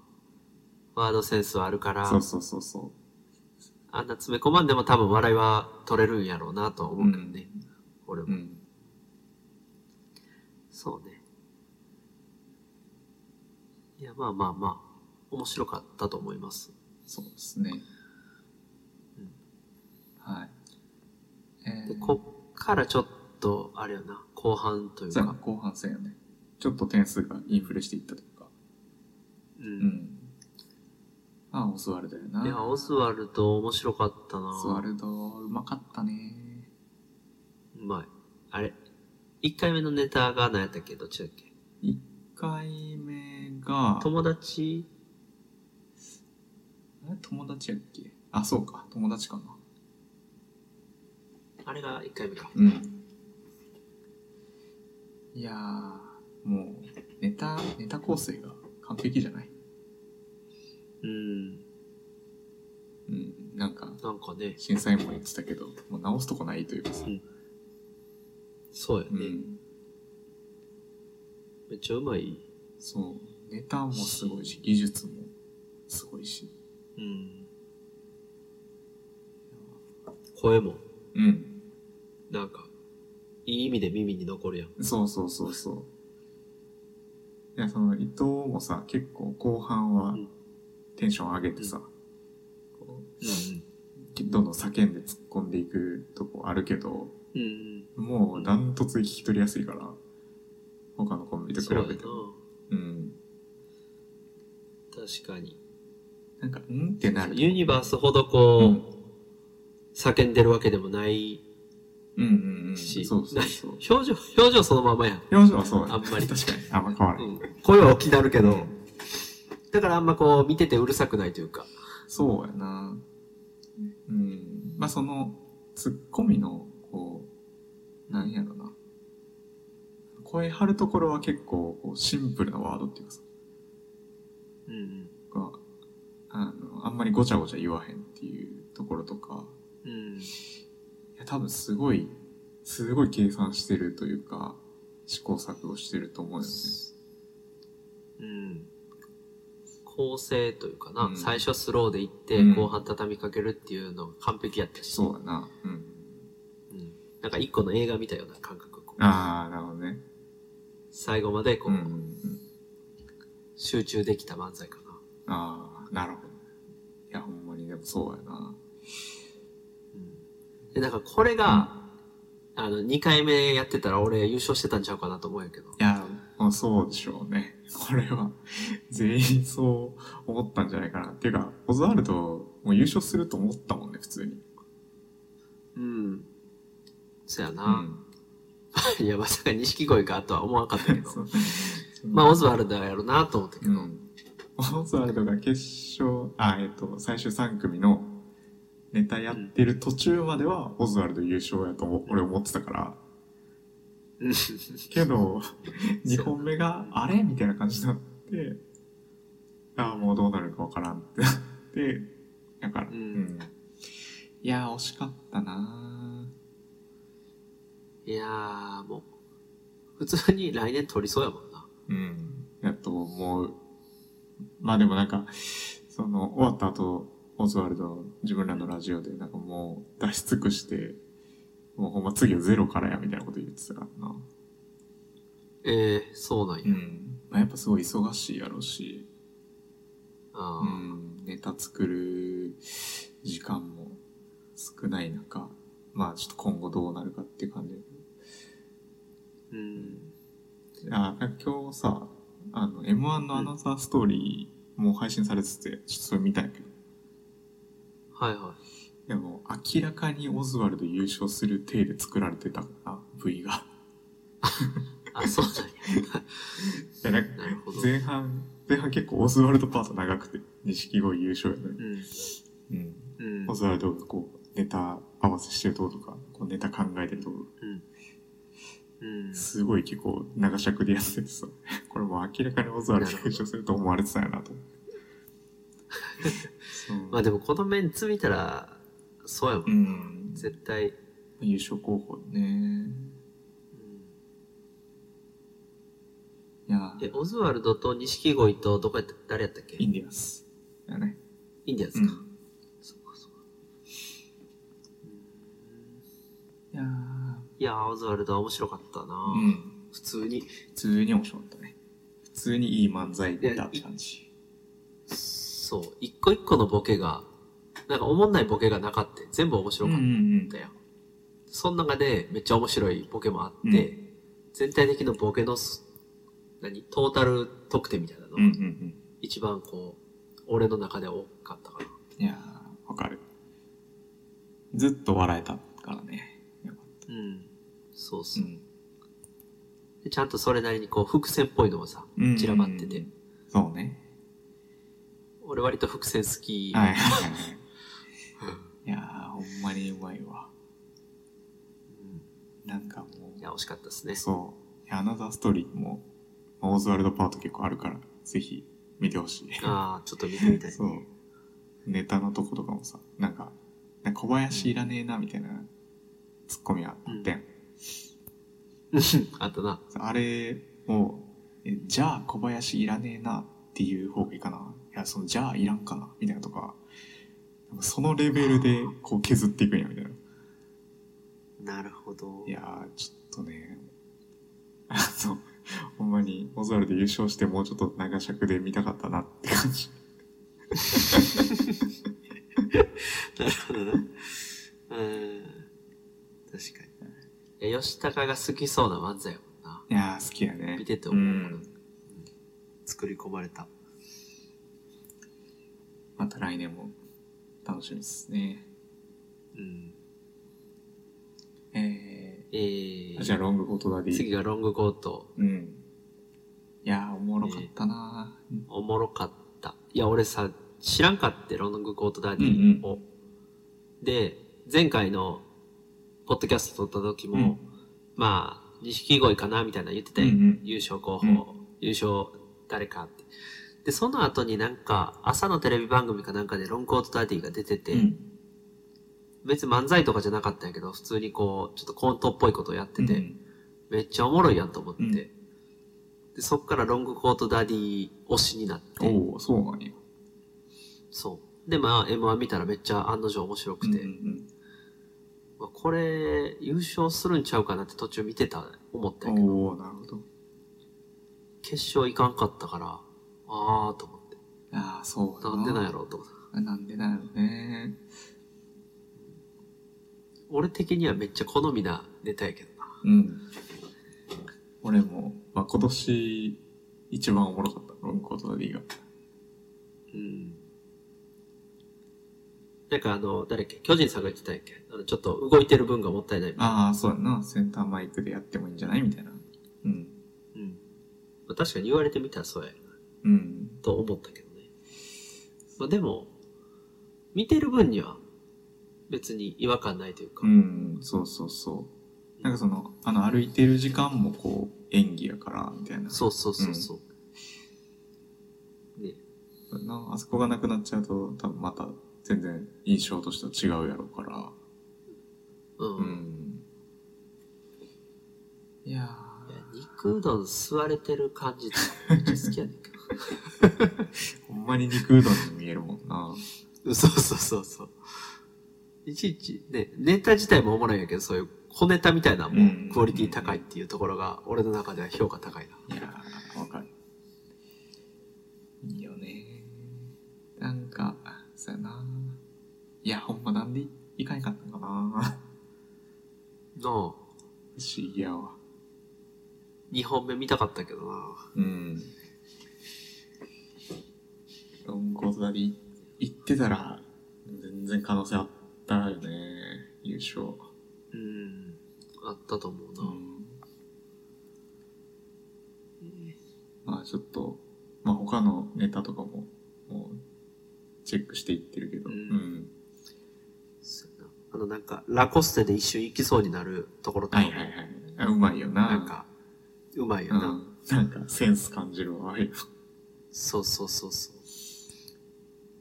あ。ワードセンスはあるから
そ、うそうそうそう。
あんな詰め込まんでも多分笑いは取れるんやろうなとは思うけどね。俺
う
も。
ん。
そうね。いや、まあまあまあ、面白かったと思います。
そうですね。
うん
はい。え
で、
ー
こっからちょっと、あれよな、後半という
そうやな
か、
後半戦やね。ちょっと点数がインフレしていったというか。
う。
うんん。ああ、オスワルドやな。
いや、オスワルド面白かったな
オスワルド、うまかったね。
うまい。あれ、1回目のネタが何やったっけどっちだっけ
一回目が、
友達
え友達やっけあ、そうか。友達かな。
あれが1回目か。
うん。いやー、もう、ネタ、ネタ構成が完璧じゃない
うん。
うん。なんか、
なんかね、
審査員も言ってたけど、もう直すとこないというかさ。
そうや
う
ね。
ん。
めっちゃうまい。
そう。ネタもすごいし、技術もすごいし。
うん。声も、
うん。
なんか、いい意味で耳に残るやん。
そうそうそうそう。いや、その伊藤もさ、結構後半は
うん
テンション上げてさ、こ
う
うどんどん叫んで突っ込んでいくとこあるけど、
んうん。
もうダントツで聞き取りやすいから、他のコンビと比
そうやな
べても。うん。
確かに。
なんか、うんってなる。
ユニバースほどこう、
うん
叫んでるわけでもない
うんうんうん。そ
し
うそ うそう。
表情表情そのままやん、
表情はそうやね
あんまり
確かに。あんま変わら
う
ない。
ん、声は大きなるけど、だからあんまこう見ててうるさくないというか
そうやな。うん。まあ、その、ツッコミの、こう、なんやろな。声張るところは結構、こう、シンプルなワードっていうかさ、
うんうん
があの、あんまりごちゃごちゃ言わへんっていうところとか、
うん
いや、多分すごい、すごい計算してるというか、試行錯誤してると思うよね。
うん構成というかな、
うん
最初スローで行って、
うん
後半畳みかけるっていうのが完璧やったし、
そうやな。うん。
うんなんか一個の映画見たような感覚こう
ああ、なるほどね。
最後までこ
う
う、
んうんうん。
集中できた漫才かな、
ああ、なるほど。いや、ほんまにでもそうやな。
うん、でなんかこれが、あの2回目やってたら俺優勝してたんちゃうかなと思うんやけど
いや、まあ、そうでしょうね。 これは、全員そう思ったんじゃないかな。っていうか、オズワルド、もう優勝すると思ったもんね、普通に。
うんそや
う
な、
ん。
いやまさか錦鯉かとは思わんかったけど
そう
まあオズワルドやろなと思ったけ
う
ど、
ん。オズワルドが決勝、あ、えっと、最終3組のネタやってる途中までは、オズワルド優勝やと思俺思ってたから。
うん
けど、2本目が、あれみたいな感じになって、ああ、もうどうなるかわからんってなって、だから、
うん
いやー、惜しかったない
やーもう普通に来年取りそうやもんな
ーうん。やと思う。まあでもなんか、その、終わった後、オズワルド、自分らのラジオで、なんかもう、出し尽くして、もうほんま次はゼロからや、みたいなこと言ってたからな。
ええそうなんや、
ん。まあやっぱすごい忙しいやろうし、
あ
う
ー
ん、ネタ作る時間も少ない中、まあちょっと今後どうなるかっていう感じ。
うん
あ、なんか今日さ、あの、M1 のアナザーストーリーも配信されてて、ちょっとそれ見たんやけど、
はいは
でも明らかにオズワルド優勝する体で作られてたな、V が。
いあそう なんや
いやなんか
なるほど
前半、前半結構オズワルドパート長くて、錦鯉優勝やのに。
うん
うん。
うん
オズワルドがこう、ネタ合わせしてるとことか、こうネタ考えてるとことか
うん
すごい結構長尺でやっててさ、 これもう明らかにオズワルド優勝すると思われてたよなと思って。そう
まあでもこのメンツ見たらそうやもん、
うん、
絶対、
優勝候補ね。
うん
いやー
えオズワルドと錦鯉とどこやった誰やったっけ
インディアンス。だよね。
インディアン
う
ス
ん。い
か、そうかそうか
やー
いやーオズワルドは面白かったな、
うん。
普通に
普通に面白かったね。普通にいい漫才だって感じ。
そう一個一個のボケがなんかおもんないボケがなかった全部面白かっ
ん
たよ、その中でめっちゃ面白いボケもあって、
う
全体的なボケのす何トータル得点みたいなの、
うんうんうん。
一番こう俺の中で多かったかない
やーわかる。ずっと笑えたからね。よかっ
うんそうそう
た。ん。
でちゃんとそれなりにこう伏線っぽいのもさ
うん
散らばってて。
そうね。
俺割と伏線好き、
はいはいはいはい。 いやー、ほんまにうまいわ。
うん
なんかも
いや惜しかったです
う、
ね
そう。いやアナザーストーリーも、オズワルドパート結構あるから、ぜひ見てほしい。
ああちょっと見てみたい
そう。ネタのとことかもさ、なんか、なんか小林いらねえな、みたいな、ツッコミあったやん。
あったな
あれを、えじゃあ小林いらねえな、っていう方がいいかな。いや、その、じゃあいらんかな、みたいなとか、なんかそのレベルで、こう削っていくんや、みたいな。
なるほど
いやー、ちょっとね、 あの、ほんまに、オズワルド優勝してもうちょっと長尺で見たかったなって感じ。
なるほどなうん確かにいや吉高が好きそうな漫才やもんない
やー、好きやね。
見てて思うもの、
ん
作り込まれた
また来年も楽しみですね。
うんうん。
え
え
ー、じゃあ
ー、
ロングコートダディ。
次がロングコート。
うん。いやー、おもろかったなー、
おもろかった。いや、俺さ、知らんかって、ロングコートダデ
うんうん
ィを。で、前回の、ポッドキャスト撮った時も、
うん
まあ、錦鯉かな、みたいなの言ってた
う
よ、
んうん
優勝候補、
うん
優勝誰かって。で、その後になんか、朝のテレビ番組かなんかでロングコートダディが出てて、
うん
別に漫才とかじゃなかったんやけど、普通にこう、ちょっとコントっぽいことをやってて、
うん
めっちゃおもろいやんと思って、
うん
でそっからロングコートダディ推しになって
おおそうなんや。
そうでまあ m 1見たらめっちゃ案の定面白くて、
うんうん
まあ、これ優勝するんちゃうかなって途中見てた思ったん
う
やけ
ん、
ど
おおなるほど。
決勝いかんかったからああと思って
ああ、そうだ
なんでなんやろうと思って
ろ。なんでなんやろね。
俺的にはめっちゃ好みなネタやけどな
うん。俺も、まあ、今年一番おもろかった、ロングコートダディが。
うんなんかあの誰っけ巨人さんが言ってたんやっけあのちょっと動いてる分がもったいないみたいな
ああ、そうやな。センターマイクでやってもいいんじゃないみたいな。うん。
うんまあ、確かに言われてみたらそうや
うん。
と思ったけどね。まあでも、見てる分には別に違和感ないというか。
うん、そうそうそう。なんかその、あの、歩いてる時間もこう、演技やから、みたいな。
そうそうそうそう。ね、
うな。あそこがなくなっちゃうと、多分また、全然印象としては違うやろうから。
うん。
うん。い
い
や
や肉うどん吸われてる感じめっちゃ好きやねんけど。
ー、ほんまに肉うどんに見えるもんな。
うん そうそうそうそう。いちいち、ね、ネタ自体もおもろいんやけど、そういう小ネタみたいなの
うん
もクオリティ高いっていうところが、俺の中では評価高いな。
いやー、わかる。いいよねー。なんか、そうやなー。いや、ほんまなんでいかんかったのかな
の、
ー。不思議やわ。
2本目見たかったけどな。
うん。ロングコートダディ行ってたら、全然可能性あったよね優勝。
うん。あったと思うな。
うん。まあちょっと、まあ他のネタとかも、もう、チェックしていってるけど、
う
うんん。
そうやなあのなんか、ラコステで一瞬行きそうになるところとか
はい
も、
はいはいあ。うまいよな。
なん、か、うまいよ
う
な、
ん。なんかセンス感じるわ、ああいう
そうそうそうそう。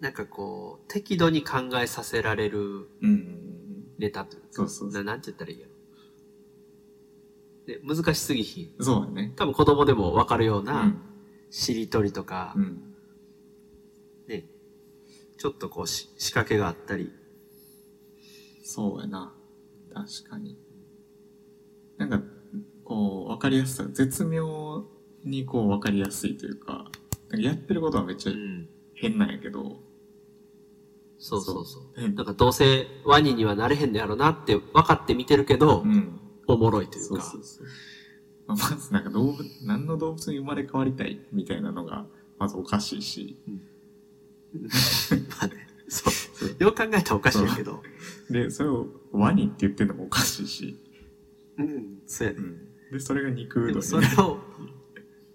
なんかこう、適度に考えさせられる
うんうんうん。
ネタというか、
そうそうそ
ななんて言ったらいいやろ。で、難しすぎひん。
う。そうだね。
多分子供でもわかるよう
う
な、
ん。
しりとりとか、
うん。
ね、ちょっとこうし仕掛けがあったり、
そうやな。確かに。なんか、こう、わかりやすさ、絶妙にこう、わかりやすいというか、なんかやってることはめっち
う
ゃ
ん。
変なんやけど、
そうそうそう。
変
なんかどうせワニにはなれへんのやろなって分かって見てるけど、
うん。
おもろいという
そう
か。
そうそう。まあまずなんか動物、何の動物に生まれ変わりたいみたいなのが、まずおかしいし、
まあね、そう。よく考えたらおかしいけど。
で、それをワニって言ってるのもおかしいし、
うん、そうや
う
ね。
ん。で、それが肉う
で
ど
も
んに
それを、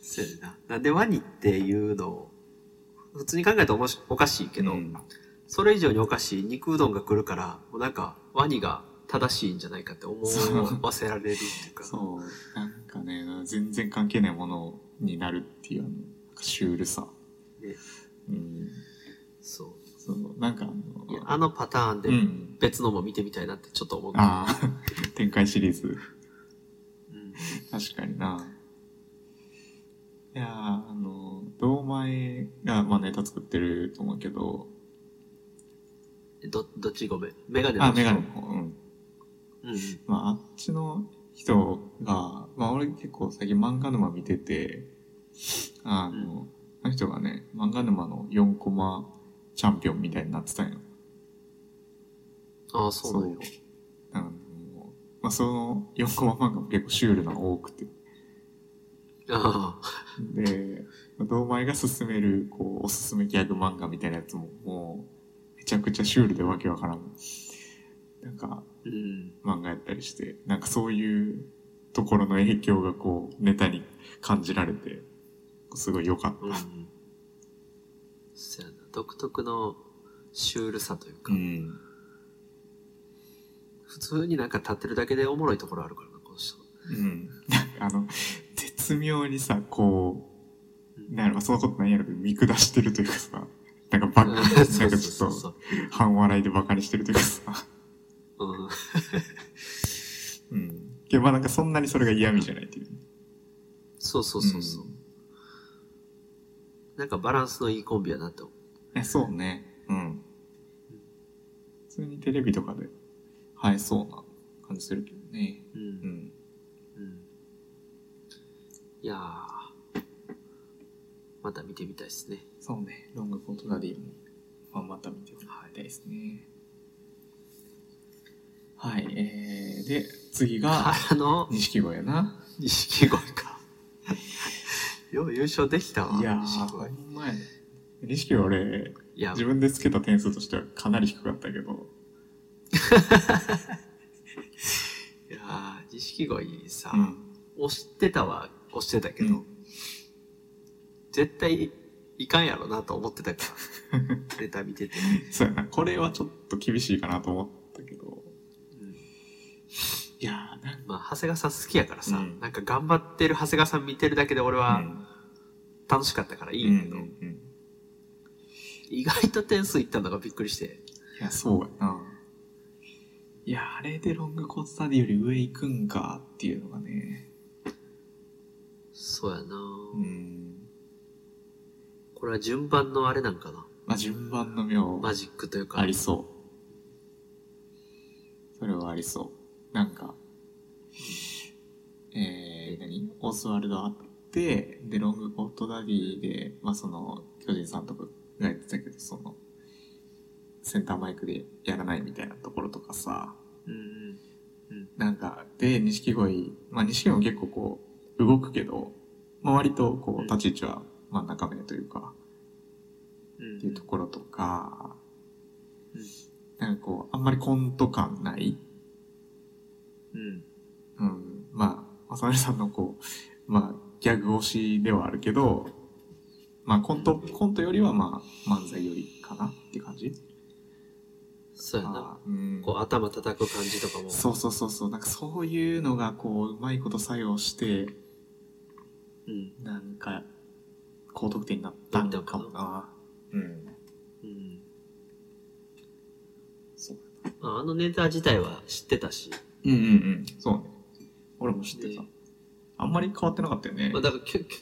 そうやな。なんでワニっていうのを、普通に考えたらおもしおかしいけど、
うん
それ以上におかしい肉うどんが来るから、もうなんかワニが正しいんじゃないかって思
そう
わせられるっていうか。
そう、なんかね、全然関係ないものになるっていう、あの、なんかシュールさ。
ね
うん。
そう
そう、なんかあ
い
の、
やあのパターンで
うん。
別のも見てみたいなってちょっと思う。
ああ、 展開シリーズ。
うん
確かにな。いやー、あの、堂前が、まあ、ネタ作ってると思うけど、
ど、どっちごめん。メガネの
あ、
人
メガネの方、うん。
うん。
まあ、あっちの人が、まあ、俺結構最近漫画沼見てて、あの、あの人がね、漫画沼の4コマチャンピオンみたいになってたんよ。
ああ、そうなんよ。
あの、まあ、その4コマ漫画も結構シュールなの多くて。
あ
で、堂前が勧める、こう、おすすめギャグ漫画みたいなやつも、もう、めちゃくちゃシュールでわけわからん、なんか
うん。
漫画やったりして、なんかそういうところの影響がこう、ネタに感じられて、すごい良かった。
うん。そうやな。独特のシュールさというか、
うん。
普通になんか立ってるだけでおもろいところあるからな、この人。
うん。 あの、絶妙にさ、こう、なんやろ、そんなことないやろけど、見下してるというかさ、なんかバカ、なんかち
そう
ょっ
そう
と、
そう。
半笑いでバカにしてるというかさ、
うん。
うん。けどまあなんかそんなにそれが嫌味じゃないっていう。
そうそうそうそう、
ん
なんかバランスのいいコンビやなと。
えそうね。うん。普通にテレビとかで映えそうな感じするけどね。
う。
うんん。
うん。いやー。また見てみたいですね。
そうね。ロングコートダディも、まあ、また見てもらいたいですね。はい。えー、で、次が、
あの、
錦鯉やな。
錦鯉か。 よう優勝できたわ、
いやー、
錦
ほ
鯉。
んまやね。錦鯉俺、
いや
自、分でつけた点数としてはかなり低かったけど、
いやー錦鯉さ、
うん。
押してたは押してたけ
け
ど、
ど、
絶対いかんやろなと思ってた から。ネタ見てて。
そうやな。これはちょっと厳しいかなと思ったけど、
うん
いやー、なんか、
まあ、長谷川さん好きやからさ、
うん
なんか頑張ってる長谷川さん見てるだけで俺は
うん
楽しかったからいい
うん
んやけど、
うんうん
意外と点数いったのがびっくりして。
いや、そうやな。いや、あれでロングコートダディより上行くんかっていうのがね。
そうやな、
うん。
これは順番のあれなんかな。
まあ、順番の妙、
マジックというか。
ありそう。それはありそう。なんか、えー、何オスワルドあって、で、ロングコートダディで、まあ、その、巨人さんとかがやってたけど、その、センターマイクでやらないみたいなところとかさ、
うんうん。
なんか、で、錦鯉、まあ、錦鯉も結構こう、動くけど、まあ、割とこう、
うん
立ち位置は真ん中目というか、
うん
っていうところとか、
うん
なんかこう、あんまりコント感ない、
うん。
うん、まあ、浅野さんのこう、まあ、ギャグ推しではあるけど、まあ、コント、コントよりはまあ、漫才よりかなっていう感じ
そうやな。
あーうん
こう頭叩く感じとかも。
そうそうそうそう、なんかそういうのがこう、うまいこと作用して、
うん。
なんか、高得点になったんかもな。うん。
うん。
そう
まああのネタ自体は知ってたし、
うんうんうん。そうね。俺も知ってた
ね。
あんまり変わってなかったよね。
まあだからきょ、きょ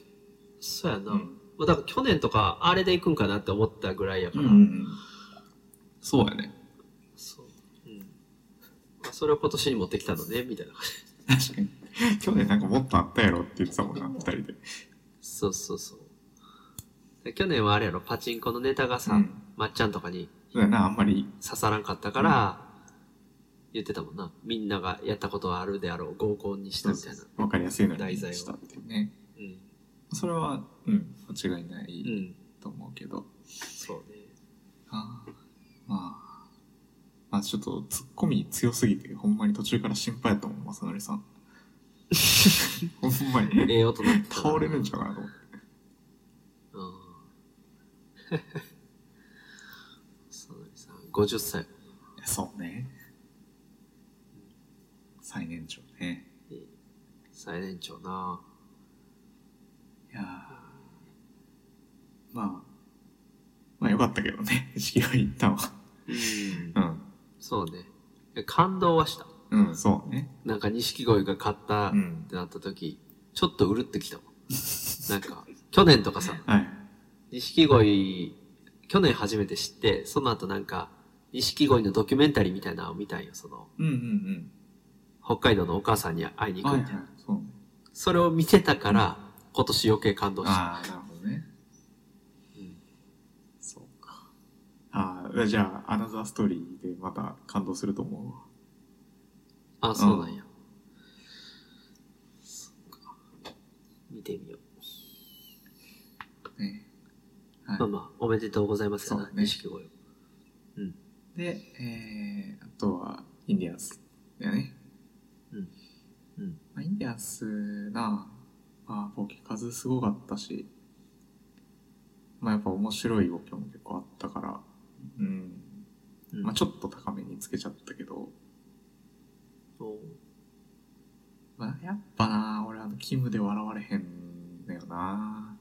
そうやな。
うん
まあだから去年とかあれで行くんかなって思ったぐらいやか
うん
ら。
うんうん。そうやね。
そう。うん。まあそれを今年に持ってきたのね、みたいな感じ。
確かに。去年なんかもっとあったやろって言ってたもんな、二人で。
そうそうそう。で去年はあれやろ、パチンコのネタがさ、
うん
まっちゃんとかに
そうやな、あんまり。
刺さらんかったから、言ってたもんな。みんながやったことあるであろう、合コンにしたみたいな。
わかりやすいの
題
に
材を
したっていうね。
うん。
それは、うん、間違いな
う
い
ん。
と思うけど。
そうね。
あーまあ。まあちょっと、ツッコミ強すぎて、ほんまに途中から心配やと思う、まさのり さん。ほんまに。
ええ音なってたな
倒れるんちゃうかなと思って。
うん そうだねさ50歳
そうね。最年長ね。
最年長ない
やーまあ、まあよかったけどね。 式は行ったわ。
うん
うん。
そうねいや感動はした
うん、そうね。
なんか錦鯉が勝ったっ
うん。
てなった時、ちょっとうるってきたもんなんか去年とかさ
はい。
錦鯉去年初めて知ってその後なんか錦鯉のドキュメンタリーみたいなのを見たんよその
うんうん
北海道のお母さんに会いに
うん。
行
は
くみ
いは
た
い
いな、。
そうね。
それを見てたから今年余計感動した
ああ、なるほどね。
うん
そうか。ああ、じゃあ、アナザーストーリーでまた感動すると思うわ。
あ、そうなんや。そっか見てみよう。
ね。はい
まあ。まあ、おめでとうございますよ
そ
な
う、ね
錦鯉、ううん
で、えー、あとは、インディアンスだよね。
うんうん
まあ、インディアンスな、まあ、ボケ数すごかったし、まあ、やっぱ面白いボケも結構あったから、うん。
うん
まあ、ちょっと高めにつけちゃったけど、
そう
まあ、やっぱな、俺あの、キムで笑われへんだよな。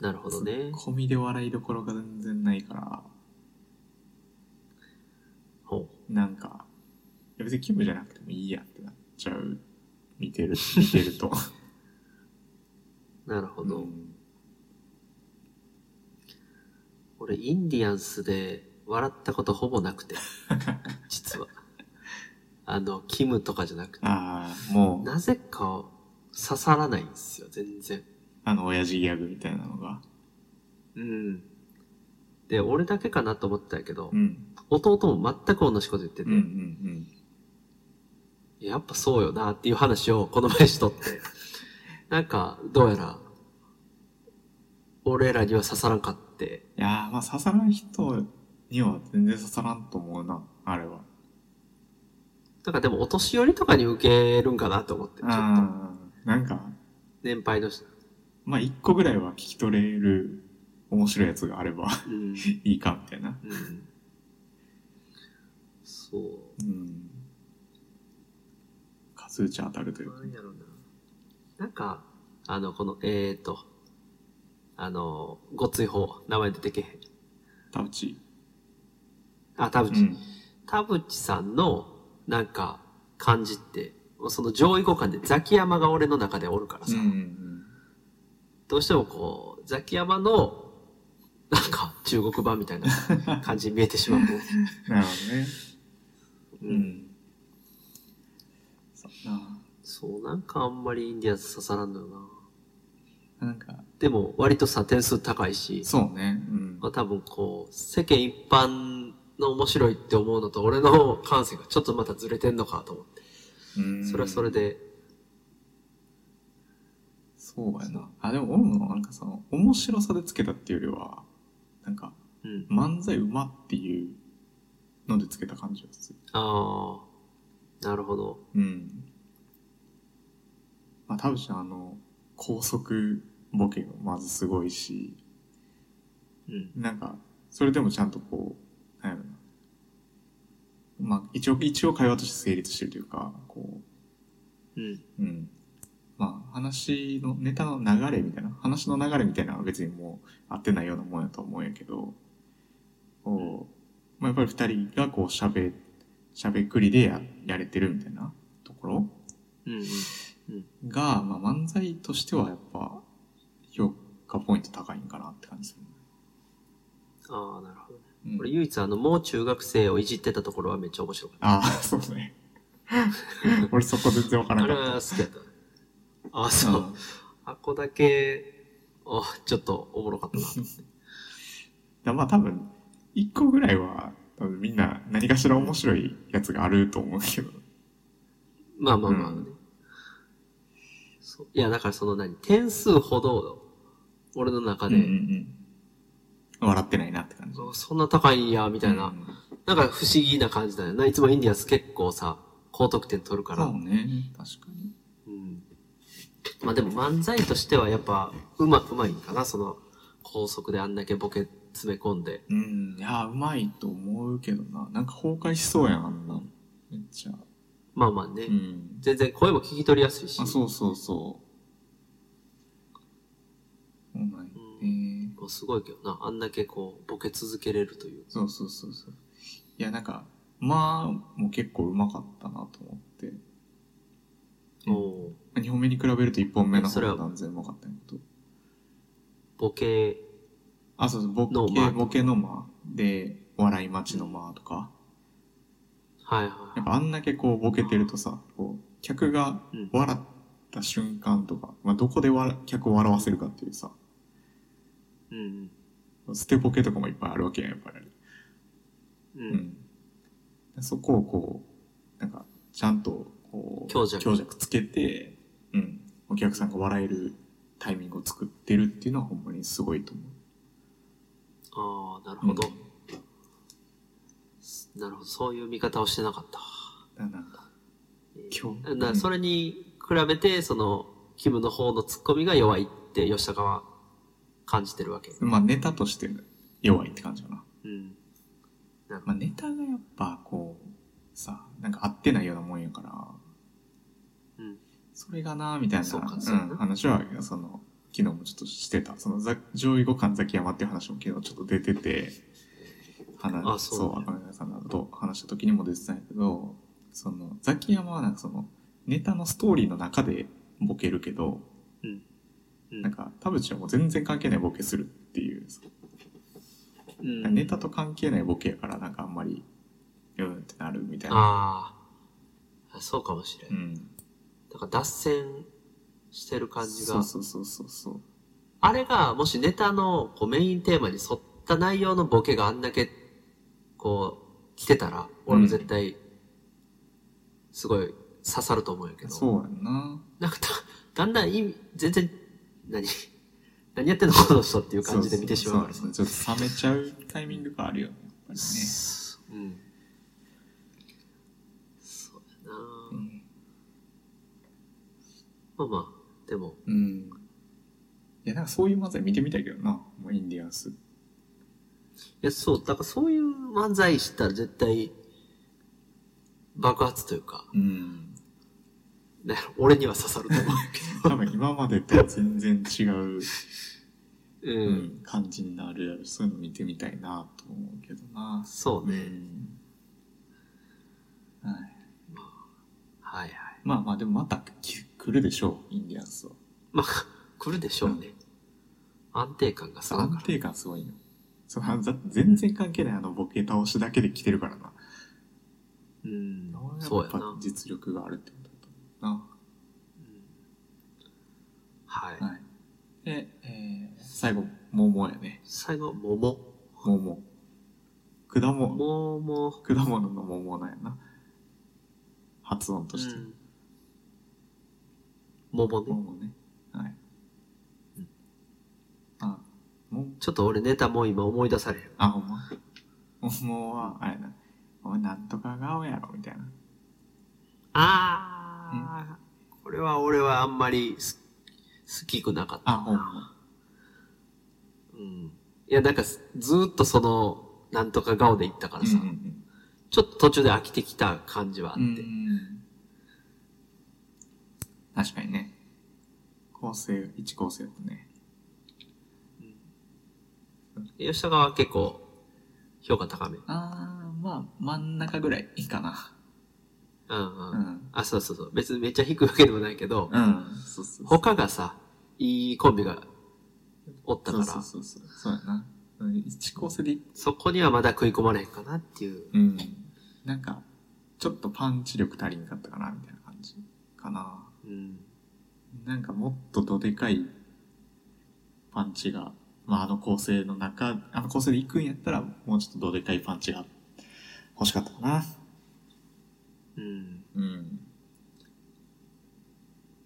なるほどね
ツッコミで笑いどころが全然ないから、
ほ
なんか、いや別にキムじゃなくてもいいやってなっちゃう。見て る、見てると。
うなるほど、
うん
俺インディアンスで笑ったことほぼなく て実はあのキムとかじゃなくて
ああ、もう、
なぜか刺さらないんですよ全然
あの、親父ギャグみたいなのが。
うんで俺だけかなと思ってたんやけど、
うん。
弟も全く同じこと言って
う
て、
んうんうん。
やっぱそうよなっていう話をこの前しとって、なんか、どうやら、俺らには刺さらんかって、
いやー、まあ、刺さらん人には全然刺さらんと思うな、あれは。
なんかでもお年寄りとかに受けるんかなと思って、ちょっと、
ああ、なんか、
年配の人、
まあ、一個ぐらいは聞き取れる面白いやつがあれば
うん、
いいか、みたいな。
うん。そう。
うん。数打ち当たるというか
なんやろな。なんか、あの、この、えーと、あの、ご追放、名前出てけへん。
田淵。
あ、田
う
淵。
ん。
田淵さんの、なんか、感じって、その上位互換でザキヤマが俺の中でおるから
う
さ、
んうん
どうしてもこう、ザキヤマの、なんか、中国版みたいな感じに見えてしまう。
うん。なるほどね。
う。
うんん。そうな
そう、なんかあんまりインディアンス刺さらんのよな。
あ。なんか、
でも、割とさ、点数高いし、
そうね。うん
ま。あ多分こう、世間一般の面白いって思うのと、俺の感性がちょっとまたずれてんのかと思って、
うん
それはそれ。で、
そうやな。あ、でも俺もなんかその、面白さでつけたっていうよりは、なんか、
うん。
漫才うまっていうのでつけた感じがする。
ああ、なるほど。
うん。まあ、田淵のあの、高速ボケがまずすごいし、
うん。
なんか、それでもちゃんとこう、なんやろな。まあ、一応、一応会話として成立してるというか、こ
うん。
う、うん。まあ、話の、ネタの流れみたいな、話の流れみたいなのは別にもう合ってないようなもんやと思うんやけど、こう、まあ、やっぱり二人がこう喋、喋くりでややれてるみたいなところ
うん。
が、まあ、漫才としてはやっぱ、評価ポイント高いんかなって感じするね。
ああ、なるほどね。
うん
俺唯一あの、もう中学生をいじってたところはめっちゃ面白かっ
ああ、 そうね。俺そこ全然わか
た。
ら
あ
な
れ
かった。
は好き だった。ああ、そう。あこだけ、あちょっとおもろか ったな。
うん、まあ多分、一個ぐらいは、多分みんな何かしら面白いやつがあると思うけど。
まあまあまあね。
う
そういや、だからその何、点数ほど、俺の中で、
うんうんうん。笑ってないなって感じ。
あそんな高いんや、みたいな、
うん
なんか不思議な感じだよな。いつもインディアンス結構さ、高得点取るから。
そうね。確かに。
うんまあでも漫才としてはやっぱ、うま、うまいんかな、その、高速であんだけボケ詰め込んで。
うん。いやー、うまいと思うけどな。なんか崩壊しそうやん、あんな。めっちゃ。
まあまあね。
うん。
全然声も聞き取りやすいし。
あ、そうそうそう。うまいね。
もうすごいけどな。あんだけこう、ボケ続けれるという。
そうそうそうそう。いや、なんか、まあ、もう結構うまかったなと思って。うん
おー
2本目に比べると1本目の
それ
方
は
が断然うまかったんやけど。
ボケ、
あ、そうそう、ボ
のまあ
ケ、ボケの間で、笑い待ちの間とか。
はい
やっ
は
ぱあんだけこうボケてるとさ、こう、客が
い。うん。
笑った瞬間とか、まあ、どこで笑客を笑わせるかっていうさ、
うん。
捨てボケとかもいっぱいあるわけやん、やっぱり。
う。
うんん、そこをこうなんかちゃんとこう
強弱
つけて、うん、お客さんが笑えるタイミングを作ってるっていうのはほんまにすごいと思
あ
う。
あ、なるほど。
うん
なるほど。そういう見方をしてなかった。
だなんか今
だからそれに比べて、その、キムの方のツッコミが弱いって吉高は感じてるわけ。
まあネタとして弱いって感じかな。
うん。なるほ
まあ
ど。
ネタがやっぱこう、さ、なんか合ってないようなもんやから、
うん
それがなみたいな
そうか
ん
そうやな
話は、その、昨日もちょっとしてた。そのざ上位互換崎山っていう話も昨日ちょっと出てて、話
あそう
そう、赤嶺さんなどと話した時にも出てたんやけど、その、ザキヤマはなんかその、ネタのストーリーの中でボケるけど、
うん。うん
なんか、田淵はもう全然関係ないボケするっていう、
うん
ネタと関係ないボケやから、なんかあんまり、うんってなるみたいな。
ああ。そうかもしれん。
うん。
だから脱線してる感じが。
そうそうそうそうそう。
あれが、もしネタのこうメインテーマに沿った内容のボケがあんだけ、こう、来てたら、俺も絶対、すごい刺さると思うんやけど。
そうやんな。
なんかだ、だんだん意味、全然、何、何やってんのこの人っていう感じで見てしまうから
そそうそうちょっと冷めちゃうタイミングがあるよね。やっぱりね。
うん。そうやなまあまあ、でも、
うん。いや、なんかそういう漫才見てみたいけどな。もうインディアンス。
いや、そう、だからそういう漫才したら絶対、爆発というか、
うん。
ね、俺には刺さると思う
多分今までと全然違う、
けど。
う
うん。
ん、感じになるやろ。そういうの見てみたいなと思うけどな。
そう
う
ね。
ん。はい。
はいはい。
まあまあでもまた来るでしょう、インディアンスは。
まあ、 来るでしょうね。安定感がすごいか
安
ら。
定感すごいよ。そのざ全然関係ないあのボケ倒しだけで来てるからな。
うん。そ
や
う
っ
や
ぱ
な。
実力があるってことだと思
はい。
うな。はい。で、えー、最後、桃やね。
最後、桃。
桃。果物。
桃。
果物の桃なんやな。発音として。
うん桃ね。
桃ね。はい
うん。
あ、も
ちょっと俺ネタもう今思い出される。
あ、ほんま。桃は、あれな。お前なんとか顔やろ、みたいな。
あー。これは俺はあんまりす好きくなかった
あ、ほん
な。
ま。
うん。いや、なんかすずーっとその、なんとか顔で行ったからさ、
うんうんうん
ちょっと途中で飽きてきた感じはあって。
うん確かにね構成一構成だとね
吉高は結構、評価高め。
あーまあ真ん中ぐらいいいかな
うんうん。
うん
あ、そうそうそう。別にめっちゃ低いわけでもないけど、
うんそうそうそう
他がさ、いいコンビがおった
そ
か
う
ら、
そう
そ
そうそうそうやなうん一構成でいい
こにはまだ食い込まれへんかなっていう。
うんなんかちょっとパンチ力足りんかったかなみたいな感じかな
うん。
なんかもっとどでかいパンチが、まあ、あの構成の中あの構成でいくんやったらもうちょっとどでかいパンチが欲しかったかな
うん。
うん。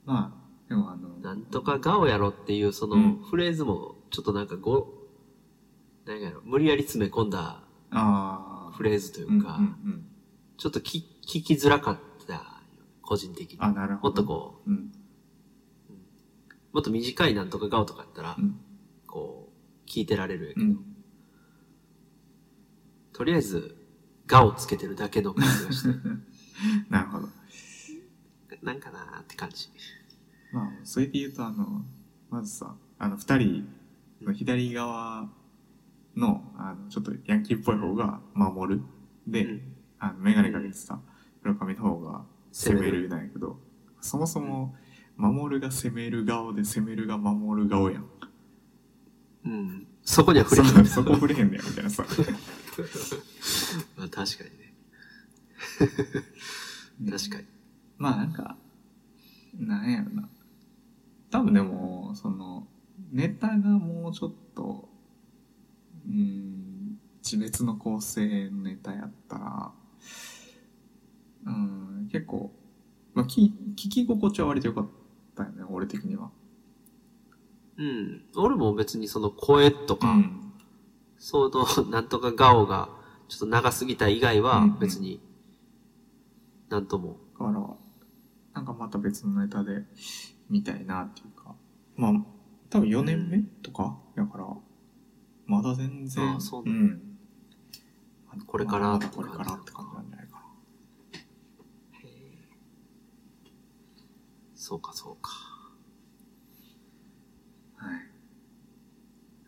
まあ、でもあの、
なんとかガオやろっていうそうの
ん
フレーズも、ちょっとなんかご、なんやろ、無理やり詰め込んだ
ああ、
フレーズというか、
うんうんうん
ちょっとき聞きづらかったよ、個人的に。
あ、なる
も
ほ
っ
ど。
とこ
う。ん。
う、もっと短いなんとかガオとかやったら、
うん。
こう、聞いてられるんやけ
う
ど、
ん。
とりあえず、ガをつけてるだけの感じが して、
なるほど。
なんかなーって感じ。
まあ、それで言うと、あの、まずさ、あの、二人の左側の、あの、ちょっとヤンキーっぽい方が守る。で、
うん
あの、メガネかけてさ、黒髪の方が攻めるなんやけど、そもそも、守るが攻める顔で攻めるが守る顔やん。
うん。そこには触
そ
れない。
そこ触れへんねや、みたいなさ。
まあ確かにね。確かに。
まあなんか、なんやろな。多分でも、その、ネタがもうちょっと、うーん、地別の構成のネタやったら、うーん、結構、まあ聞、聞き心地は割と良かったよね、俺的には。
うん。俺も別にその声とか、。そういうの、なんとかガオがちょっと長すぎた以外は
うんうん
別に、なんとも。
だから、なんかまた別のネタで見たいなっていうか、まあ、多分4年目とかだから、まだ全然、
ああそう
う
なん
ん。
これから
ま
って感
だ
じ
これからって感じなんじゃないかな。
そうか、そうか。
はい。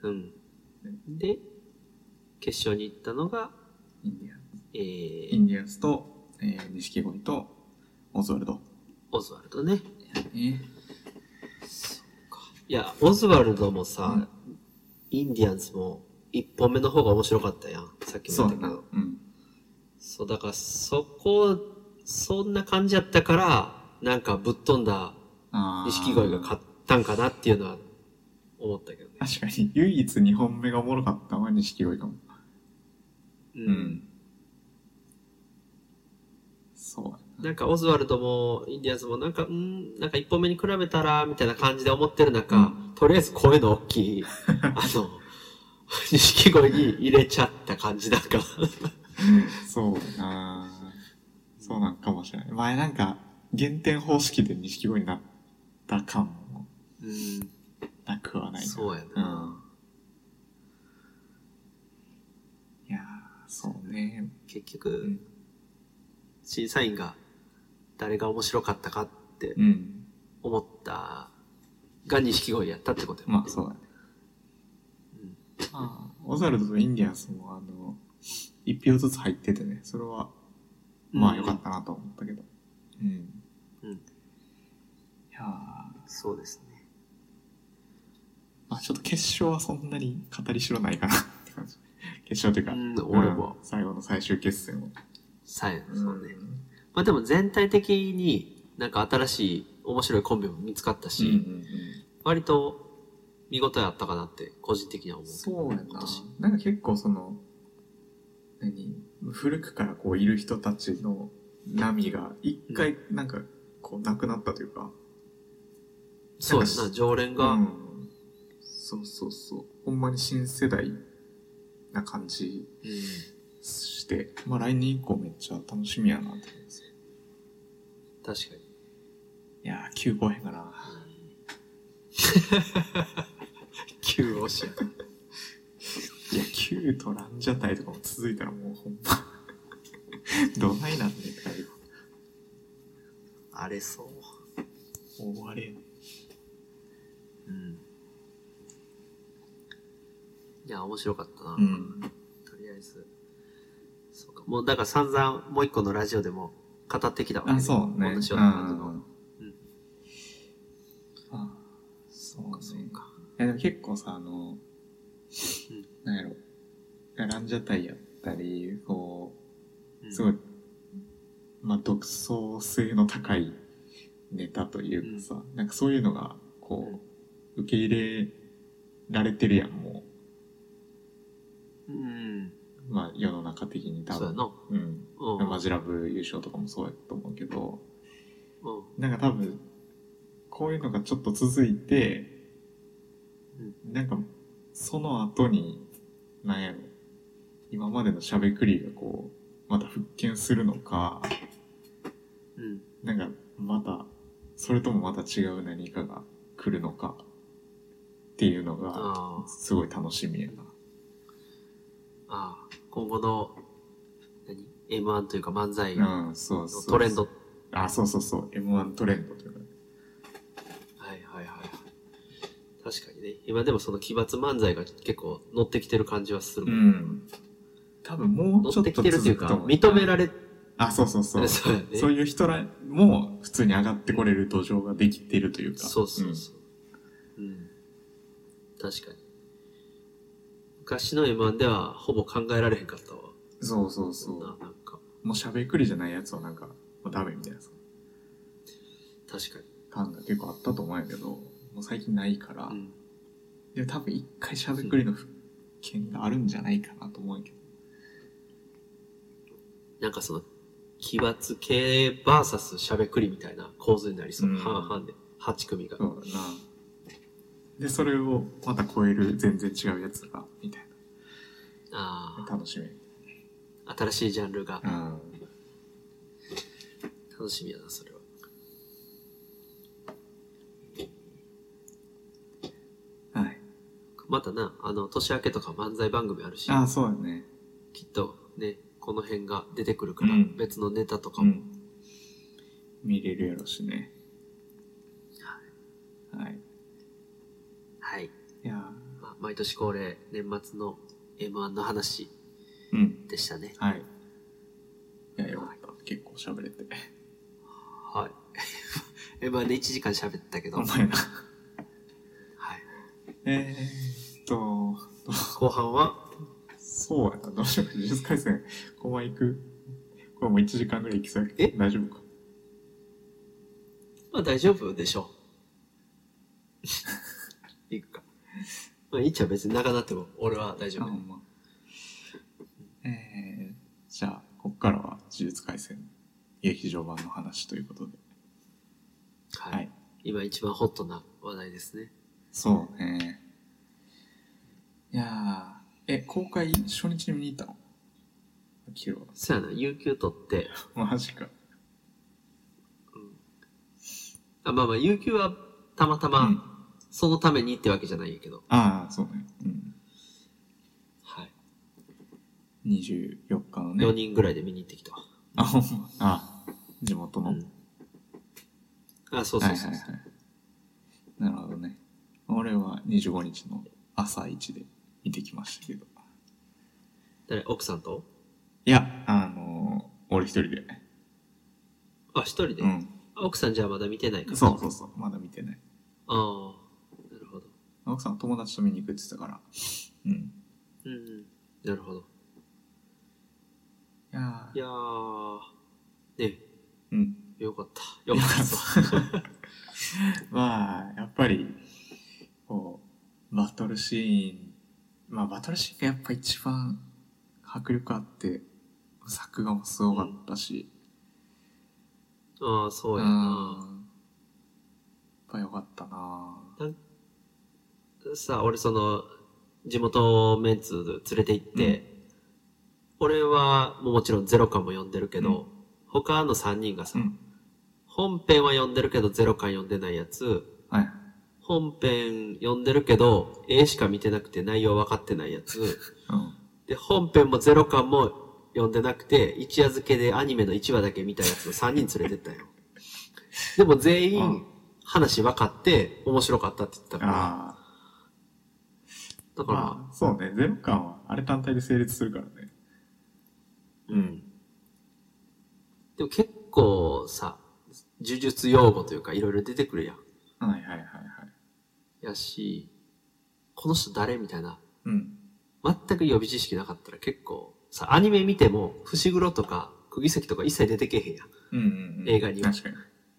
うん。で、決勝に行ったのが、
インディアン
え
イ
ー、
ンディアンスと、えー、錦鯉と、オズワルド。
オズワルドね。
ね。
いや、オズワルドもさ、インディアンスも、一本目の方が面白かったやん。さっき
そ
も
う
言
だ
った
な。
け
う
ど。
ん。
そう、だから、そこ、そんな感じやったから、なんかぶっ飛んだ
あー
錦鯉が勝ったんかなっていうのは思ったけどね。
確かに、唯一2本目がおもろかったのは錦鯉かも。
う。。
うんそうやな。
なんかオズワルドもインディアンスもなんか、うんなんか一本目に比べたら、みたいな感じで思ってる中、
うん
とりあえず声の大き い、あの、錦鯉に入れちゃった感じなんか。
そうやな。そうなんかもしれない。前なんか、減点方式で錦鯉になった感も
うん。
なくはないな。
そうや
う
な。
ん。いやー、そうね。
結局、
ん
審査員が誰が面白かったかって
うん。
思ったが錦鯉やったってことやもん
ま
ね
あ、そうだね。まあ、オザルドとインディアンスも、あの、一票ずつ入っててね、それは、まあ、良かったなと思ったけど。うん。
うん
いやー
そうですね。
まあ、ちょっと決勝はそんなに語りしろないかなって感じ。決勝というか、
うん俺は
うん最後の最終決戦を。
さえ、そうね。まあでも全体的になんか新しい面白いコンビも見つかった
うん
し、
うんうん
割と見事やったかなって個人的には思うけど
そうやな
今年。
なんか結構その、何古くからこういる人たちの波が一回なんかこうなくなったというか、
そうや
なん
な、
か
常連
う
が、
ん、そうそうそうほんまに新世代な感じしてまあ来年以降めっちゃ楽しみやなって思います
確かに。
いやー急後編か な
旧推し。
いや急とランジャタイとかも続いたらもうほんまどないなんねんって感じ
あれそう。
もう終わりや
うん。いや、面白かったな。
ん
とりあえず。そうか。もうだから散々もう一個のラジオでも語ってきたわけ
あそうね
同じよう
う
な感じの。
んあそうかそう
か
かいやでも結構さあの、なんやろランジャタイやったりこう
うん
すごい、まあ、独創性の高いネタというかさ、なんかそういうのが、こう、受け入れられてるやん、も
うん。
う。まあ、世の中的に多
そうや
分。
な。
うん。
うん。
マジラブ優勝とかもそうやと思うけど、
うん
なんか多分、こういうのがちょっと続いて、なんか、その後に、なんやろ、今までのしゃべくりがこう、また復権するのか、
うん。
なんかまたそれともまた違う何かが来るのかっていうのが
あ
すごい楽しみやな。
あ。ああ。今後の、何 ?M1 というか漫才の
うん、そうそう
トレンド。。
あ、そうそうそう。M1 トレンドというか。
はいはいはいはい。確かにね。今でもその奇抜漫才が結構乗ってきてる感じはする。
ん。多分もうち
乗
ょ
って
っと
きてるというか、
続くと
認
思
められて
あ、そうそうそう。
る。
そ
そうやね。
ういう人らも普通に上がってこれる土壌ができてるというか。
そうそうそう。うん。確かに。昔の M1 ではほぼ考えられへんかったわ。
うんそうそう
そ
そ
ん
う。
な、なんか。
もうしゃべくりじゃないやつはなんか、もうダメみたいなさ
確かに。
感が結構あったと思うんやけど、もう最近ないから、
うん。
でも多分一回しゃべくりの復権があるんじゃないかなと思うけど。
なんかその、奇抜系バーサスしゃべくりみたいな構図になりそう。
うん
半々で、8組が。
そうだな。で、それをまた超える全然違うやつが、みたい
あ
な。
あ、
楽しみ。
新しいジャンルが
うん。
楽しみやなそれは
はい。
またなあの年明けとか漫才番組あるし
ああ、そうだね。
きっとねこの辺が出てくるから、
うん
別のネタとか
う
も、
ん。見れるやろしね。はい。
はい、
いや
まあ、毎年恒例年末の m 1の話
ーうん。
でしたね
はい。いや、よかった。結構喋れて。
はい m 1で1時間喋ったけど、
お
はい、
前な。えーっと、
後半は
そうやな。どうしようか。呪術回戦、こま行く。これもう1時間ぐらい行きそうやけど。大丈夫か。
まあ大丈夫でしょう いくかまあいいっちゃ別に長なっても俺は大丈
あ、
夫
ほんま。えー、じゃあ、こっからは呪術回戦、劇場版の話ということで。
はい、
はい。
今一番ホットな話題ですね
そうね。いやー、え、公開初日に見に行ったの昨
そうやな有給取って
日。マジか。
あまあまあ有給はたまたま、
うん
そのためにってわけじゃないんやけど
ああ、そうね。うん。
はい
24日
4
のね。
人ぐらいで見に行ってきたわ
あ、ほんま。あ、地元の。
うんあそうそうそうそう、
はいはいはい。なるほどね。俺は25日の朝一で見てきましたけど。
誰奥さんと
いや、あのー、俺一人で。
あ一人で、
うん。
あ奥さんじゃあまだ見てないから
そうそうそう。まだ見てない。
ああなるほど
奥さん友達と見に行くって言ってたから。うん。
うんうんなるほど
いや
いやーね
ーうん。
よかったよ かったですわ
まあ、やっぱり、こう、バトルシーン、まあ、バトルシーンがやっぱ一番迫力あって、作画もすごかったし、、
ああそううんや
や
な
っぱ良かったな
さあ俺その地元メンツ連れて行って、俺はもうもちろんゼロ巻も読んでるけど、
うん
他の3人がさ、
うん
本編は読んでるけどゼロ巻読んでないやつ
はい。
本編読んでるけど絵しか見てなくて内容分かってないやつ
うん。
で本編もゼロ巻も読んでなくて一夜漬けでアニメの1話だけ見たやつを3人連れて ったよでも全
う
員
ん
話分かって面白かったって言ってたから
ああ。
だから、
まあ、そうね。ゼロ感は、あれ単体で成立するからね。
うん。でも結構さ、呪術用語というかいろいろ出てくるやん。
はいはいはいはい。
やし、この人誰みたいな。
うん。
全く予備知識なかったら結構さ、アニメ見ても、伏黒とか、釘崎とか一切出てけへんやん。
うんうん、うん。
映画には
確かに。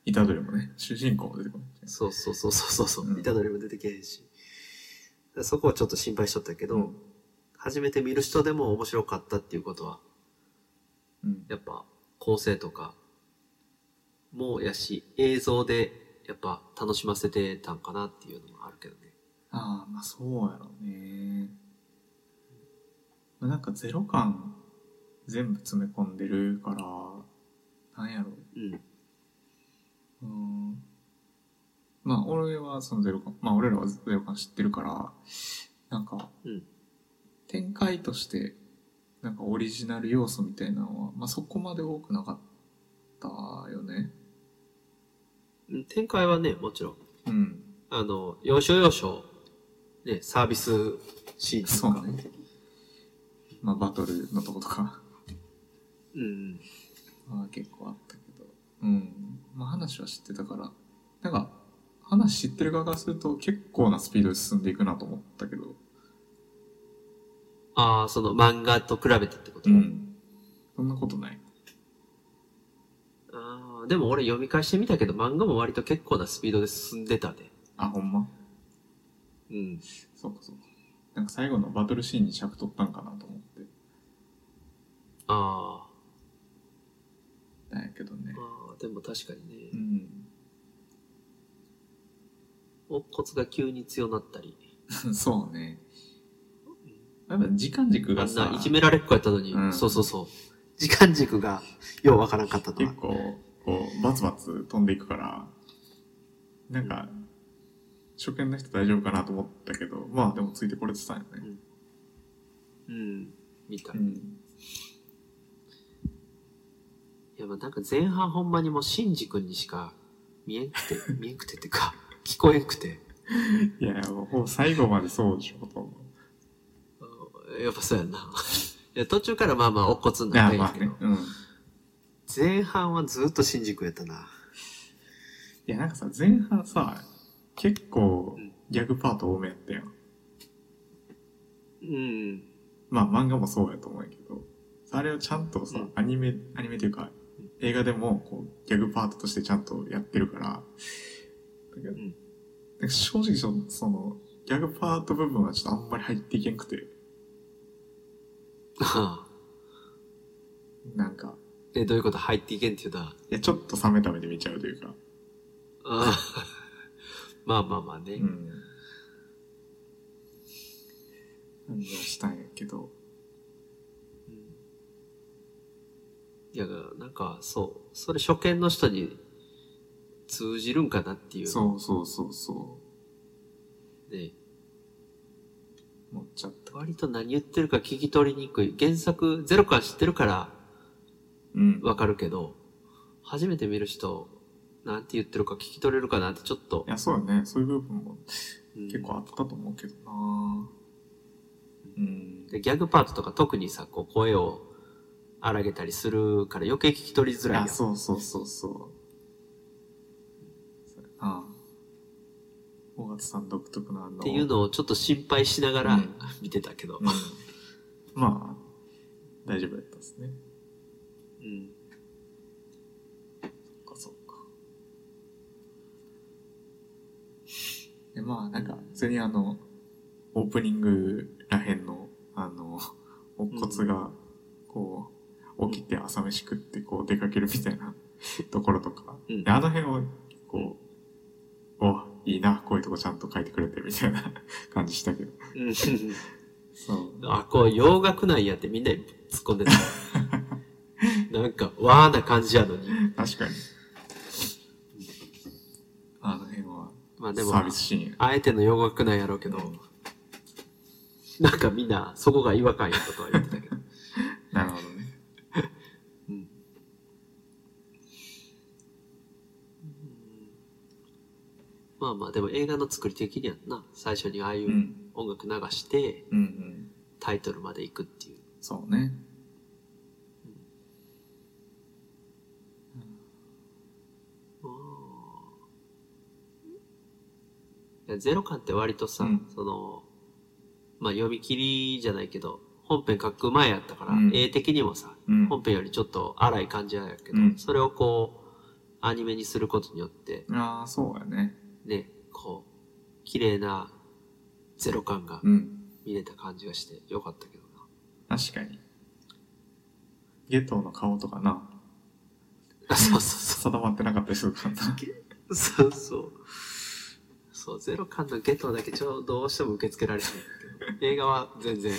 イタドリもね、主人公も出てこない。
そうそうそうそうそうう。
ん
イタドリも出てけへんし。そこはちょっと心配しとったけど、
うん
初めて見る人でも面白かったっていうことは、
うん。
やっぱ構成とかもやし映像でやっぱ楽しませてたんかなっていうのもあるけどね
ああ、まあそうやろうね。まあなんかゼロ感全部詰め込んでるから、なんやろ
うん
う。うーん。まあ俺はそのゼロ感、まあ俺らはゼロ感知ってるから、なんか
うん
展開として、なんかオリジナル要素みたいなのは、まあそこまで多くなかったよね。
うん展開はねもちろん
うん。
あの要所要所ねサービスシーン
そう
とか
だね。まあバトルのとことか。
うん
まあ、結構あったけど。うん。まあ話は知ってたから、なんか、話知ってる側からすると結構なスピードで進んでいくなと思ったけど。
ああその漫画と比べてってこと、
ん。そんなことない。
あーでも俺読み返してみたけど漫画も割と結構なスピードで進んでたで
あ、ほんま
うん
そうかそうか。なんか最後のバトルシーンに尺取ったんかなと思って。
あー
だけどね。
あーでも確かにね、
うん。
お骨が急に強なったり
そうね。やっぱ時間軸
あ
が
んな
さ、
いじめられっ子やったのに、
うん
そうそうそう。時間軸がようわからんかったと
結
か。
構、こう、バツバツ飛んでいくから、なんか、初見の人大丈夫かなと思ったけど、まあでもついてこれてたんよね。
うん。見た。
う
い
ん。
や、まあなんか前半ほんまにもうシンジ君にしか見えんくて、見えんくてってか、聞こえんくて。
いや、もう最後までそうでしょ、と思う。
やっぱそうやんな。 いや、途中からまあまあ、おっこつに
い
なっ
や、
たんや
まあ
けど、
ね。うん。い
前半はずっと新宿やったな。
や、なんかさ、前半さ、結構
うん、
ギャグパート多めやったやん。
うん。
まあ漫画もそうやと思うんやけど、あれをちゃんとさ、
うん
アニメ、アニメというか、映画でもこうギャグパートとしてちゃんとやってるから、だけど
ん
なんか正直その、その、ギャグパート部分はちょっとあんまり入っていけんくて、なんか、
で、どういうこと入っていけんって言うた
いや、ちょっと冷めた目で見ちゃうというか、
あ ーまあまあまあね。
うん。感じはしたんやけど、
いや、なんか、そう。それ初見の人に通じるんかなっていう。
そうそうそうそ
ね。
う、思っちゃった。
割と何言ってるか聞き取りにくい。原作、ゼロから知ってるから
うん。
わかるけど、初めて見る人、なんて言ってるか聞き取れるかなってちょっと
い。や、そうだね。そういう部分も
うん
結構あったと思うけどなうん。
でギャグパートとか特にさ、こう声を荒げたりするから余計聞き取りづらいや
あ、
ん。
そうそうそうそう。そうやな尾形さん独特のあの。
っていうのをちょっと心配しながら
うん
見てたけど
う。んまあ、大丈夫だったんですね。
うん
そっかそっか。で、まあ、なんか、普通にあの、オープニングらへんの、あの、お骨が、こう、起きて朝飯食って、こう、出かけるみたいなところとか、
うん
であの辺を、こう、お、いいな、こういうとこちゃんと書いてくれて、みたいな感じしたけど。そう。
あ、こう洋楽なんやってみんなに突っ込んでた。なんか、わーな感じやのに。
確かに。あの辺は、
まあでも
サー、ビスシーンや
あえての洋楽なんやろうけ
け
ど
ど、、
なんかみんなそこが違和感やったとは言って たけど。
なるほどね。。
うんまあまあでも映画の作り的にはな最初にああいううん音楽流して
うんうん。
タイトルまで行くっていう、
そうね。
いやゼロ感って割とさ、
うん
そのまあ読み切りじゃないけど本編書く前やったから、
うん
絵的にもさ
うん。
本編よりちょっと荒い感じなんやけど、
うん
それをこうアニメにすることによって
ああ、そうやね。
ねこう綺麗なゼロ感が
うん。
見れた感じがしてよかったけどな
確かに。ゲトの顔とかな、
あそうそう
定まってなかったりするからな。
そう。そうそう。そう、ゼロ感のゲットだけちょうどどうしても受け付けられないんだけど、映画は全然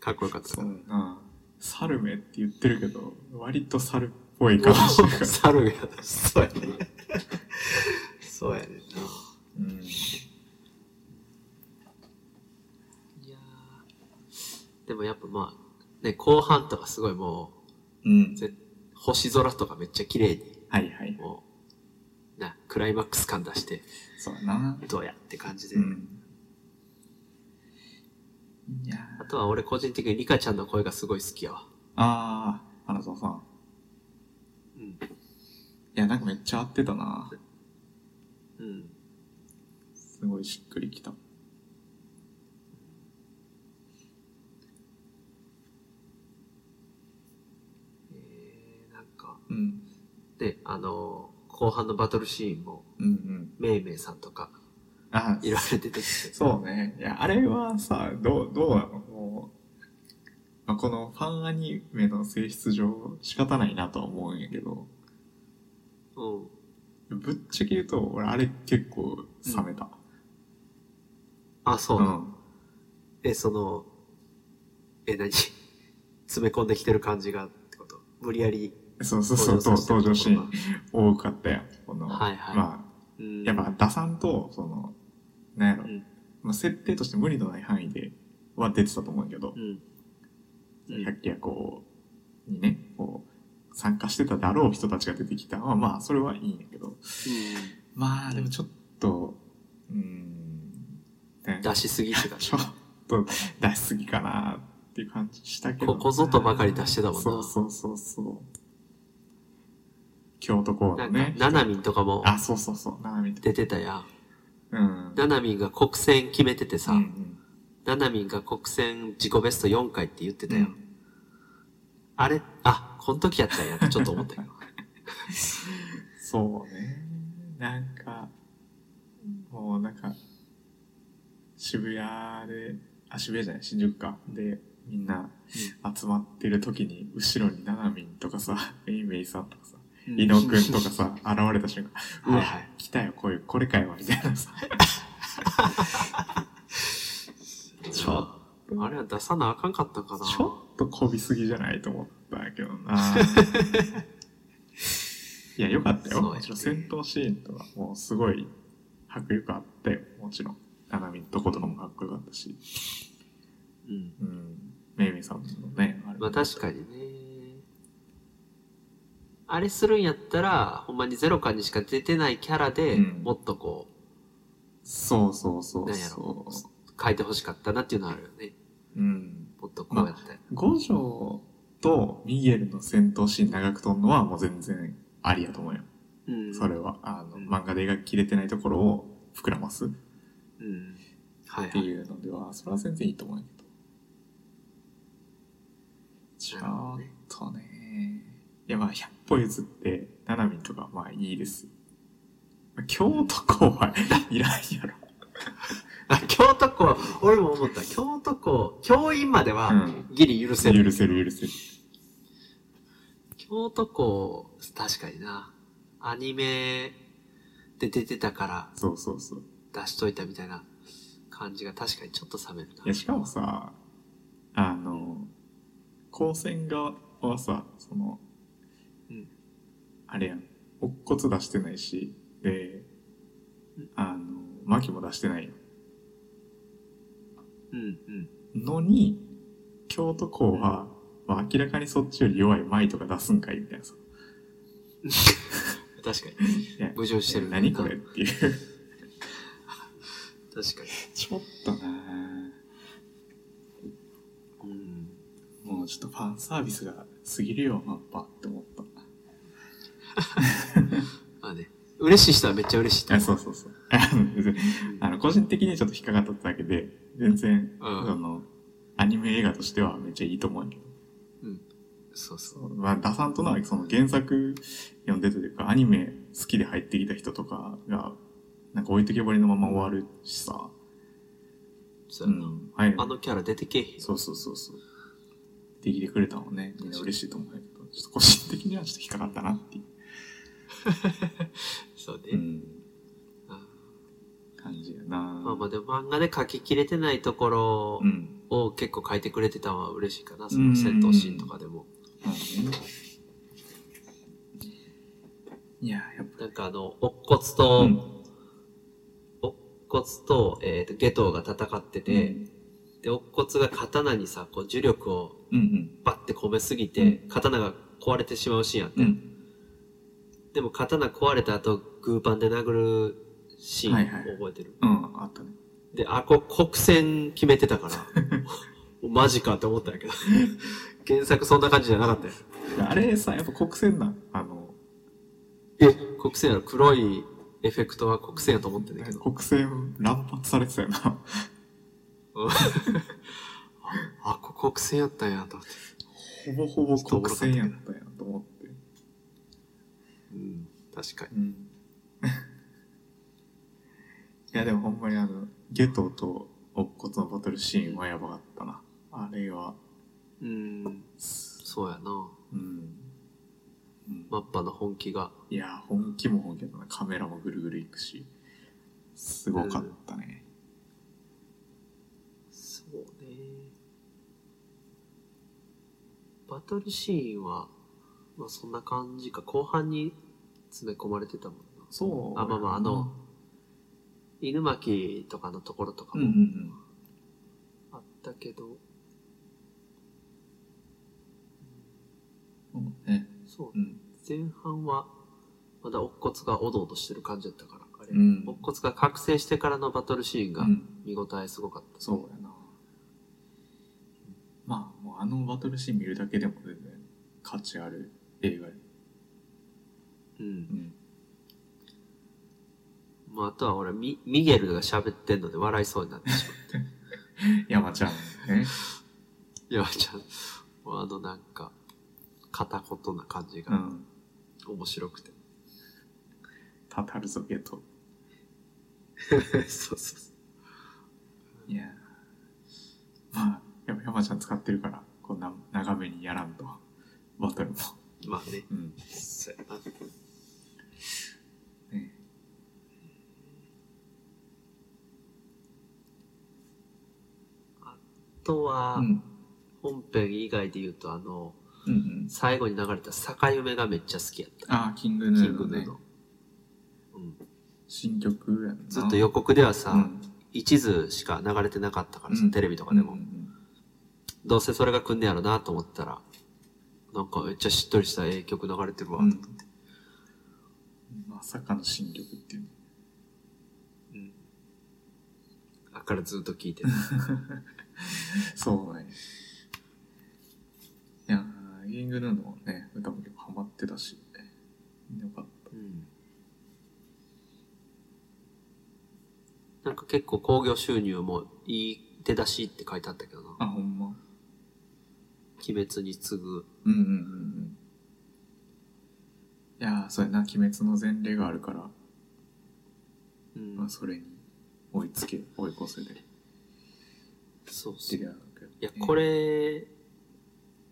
かっこよかったか
そ
ら。
うな。サルメって言ってるけど、割とサルっぽい
も
顔してるか
う
ら。
猿が、そうやね。そうやねんな。
うん。
いやーでもやっぱまあ、ね、後半とかすごいも
うん
う、。ぜ星空とかめっちゃ綺麗に、
はいはい。
もう、な、クライマックス感出して、
そうやな。
どうやって感じで。
うん。いや
あとは俺個人的にリカちゃんの声がすごい好きやわ。
ああ、花澤さん。
うん。
いや、なんかめっちゃ合ってたな。
うん。
すごいしっくりきた。
えー、なんか、
うん。
で、あのー後半のバトルシーンも、
うんうん。
メイメイさんとか、
ああ、
いろいろ出てきて。
そうね。いや、あれはさ、どう、どうなのもう、まあ、このファンアニメの性質上仕方ないなとは思うんやけど、
うん。
ぶっちゃけ言うと、俺あれ結構冷めた。
あ、そうう。
ん。
え、その、え、何 詰め込んできてる感じがってこと無理やり。
そうそうそう、と登場シーン多かったやん。この、
はいはい
まあ、
ン
やっぱ、打算と、その、なんやろ、
うん
まあ、設定として無理のない範囲では出てたと思うんやけど
う、ん。うん
百鬼夜行にね、こう、参加してただろう人たちが出てきたのは、まあ、それはいいんやけど、まあ、でもちょっと、うーん、ね
出しすぎって感じ
ちょっと出しすぎかなっていう感じしたけどな。
ここぞとばかり出してたもんな
そうそうそうそう。京都公
な
演
んか
ね、。
ナナミンとかも
あ、そうそうそう、ななみて。
出てたやん。
うん。
ナナミンが国選決めててさ、
うんうん
ナナミンが国選自己ベスト4回って言ってた
う
やん。
ん
あれ、あ、この時やったんやってちょっと思ったよ。
そうね。なんか、もうなんか、渋谷で、あ、渋谷じゃない、新宿か。で、みんな集まってる時に、後ろにななみんとかさ、 メイメイさんとかさ、伊野くんとかさ、現れた瞬間、 う
はい
わ
はい、
来たよ、こういう、これかよ、みたいなさ。ちょ
あれは出さなあかんかったんかな。
ちょっとこびすぎじゃないと思ったけどな。 いや、よかった
そ
よ。
うやね
もちろん戦闘シーンとか、もうすごい迫力あったよ。もちろん。ナナミのとことかもかっこよかったし。
うん。
うん。メイメイさんのね、あれ。
まあ確かにね。あれするんやったら、ほんまにゼロ感にしか出てないキャラで、
うん
もっとこ
そうそうそう
なんや
そ
そう、変えてほしかったなっていうのはあるよね。
う。うん。
もっとこうやって。
五条とミゲルの戦闘シーン長く飛んのはもう全然ありやと思うよ。
うん。
それは、あの、
うん
漫画で描ききれてないところを膨らます。
うん。はい、
っ
は
て
い。
いうのでは、それは全然いいと思うんやけど。ちょっとね。いや、まあ、100歩譲って、ななみんとか、まあいいです。まあ京都校は いらんやろ。
あ、京都校、俺も思った。京都校、教員までは
うん、
ギリ許せる。
許せる許せる。
京都校、確かにな。アニメで出てたか
そうそうそう。
ら出しといたみたいな感じが確かにちょっと冷めるな。
いや、しかもさ、あの、高専側はさ、その、
うん
あれやん、乙骨出してないし、で、あの、牧も出してないやん
うんうん。
のに、京都校は、まあ、明らかにそっちより弱い舞とか出すんかいみたいなさ。
確かに。
いや
矛盾してる
何これっていう。
確か
ちょっとな
に。うん。
ぁもうちょっとファンサービスが過ぎるよ、マッパって思った。
まあね。嬉しい人はめっちゃ嬉しいと
あ
思
そうそう そう。あの別にあの個人的にちょっと引っかかっただけで、全然、
うん
その、アニメ映画としてはめっちゃいいと思うんやけど。
う。うん。そうそう。
まあ、打算となその原作読んでたというか、アニメ好きで入ってきた人とかが、なんか置いてけぼりのまま終わるしさ。
そうやな。
ん、はい。
あのキャラ出てけえへん。
そうそうそうそう。できてくれたもんね。みんな嬉しいと思うんやけど、ちょっと個人的にはちょっと引っかかったなってい
そうね。
う、うん、
あ
感じやな。ま
まあまあでも漫画で書ききれてないところ
うん。
を結構書いてくれてたのは嬉しいかな。そ
うん
の戦闘シーンとかでも。
まあねいや、やっ
なんかあの、乙骨
ぱ、
と、
うん
乙骨と、えっ、と、下等が戦ってて、で、乙骨が刀にさ、こう、呪力を
うんうん。
バッて込めすぎて、
うん
刀が壊れてしまうシーンやって、
うん。
でも刀壊れた後、グーパンで殴るシーン
はいはい
覚えてる。
うん、あったね。
で、あ、こ、国戦決めてた から、おマジかって思ったん やけど、原作そんな感じじゃなかったよ。
あれさ、やっぱ国戦なん。あの、
え、国戦やろ、黒いエフェクトは国戦やと思ってんだけ ど。
国戦乱発されてたよ な。
あ、こ国戦やったんやと思って。
ほぼほぼ国戦やったやんと思って。
うん、確かに。
うん。 いや、でもほんまにあの、ゲトと乙骨のバトルシーンはやばかったな。あれは、
うん、そうやな。
うん。うん
マッパの本気が。
いや、本気も本気だったな。カメラもぐるぐるいくし。すごかったね。
そうね。トルシーンは、まあそんな感じか、後半に詰め込まれてたもんな。
そう。
あまあまああの犬巻とかのところとか
うんうんう
も
ん。
あったけど、
そうね。
そう
う、ん。
前半は、まだ乙骨がおどおどしてる感じだったから、あれ。
うん
乙骨が覚醒してからのバトルシーン
う
が
ん。
見応えすごかった。
そうやな。まあ、もうあのバトルシーン見るだけでも全然価値ある映画や。
うん
う。ん。
まああとは俺、ミミゲルが喋ってんので笑いそうになってしまう。
山ちゃんね。
いや、ちゃん、あのなんか、片言な感じ
う
が
ん。
面白 くて。
たたるぞゲト。
そうそうそう。
いやーまあ、やっぱ山ちゃん使ってるから、こんな長めにやらんと。バトルも。
まあね。
うん。
そうやな
ね
あとは、
うん。
本編以外で言うと、あの、
うんうん。
最後に流れた坂夢がめっちゃ好きやった。
ああ、キングヌ
キン
ー
グ
の
ヌー
ね
の。。うん、
新曲やんな。
ずっと予告ではさ、
うん
一途しか流れてなかったからさ、
うん
テレビとかでも、
うんうん
どうせそれが来んねやろなと思ったら、なんかめっちゃしっとりしたええ曲流れてるわ、
うん
と思って。
まさかの新曲っていうね。
うん。あっからずっと聴いてる。
そうね。いやー、キングヌーのね、歌も結構ハマってたし、よかった。
うんなんか結構興行収入もいい出だしって書いてあったけどな。
あ、ほんま。
鬼滅に次ぐ。
うんうんうんうん。いやー、そうやな、鬼滅の前例があるから、
うん
まあ、それに追いつけ、追い越せで。
そうそ
て
う。い
りゃあるけど
や、こ、れ、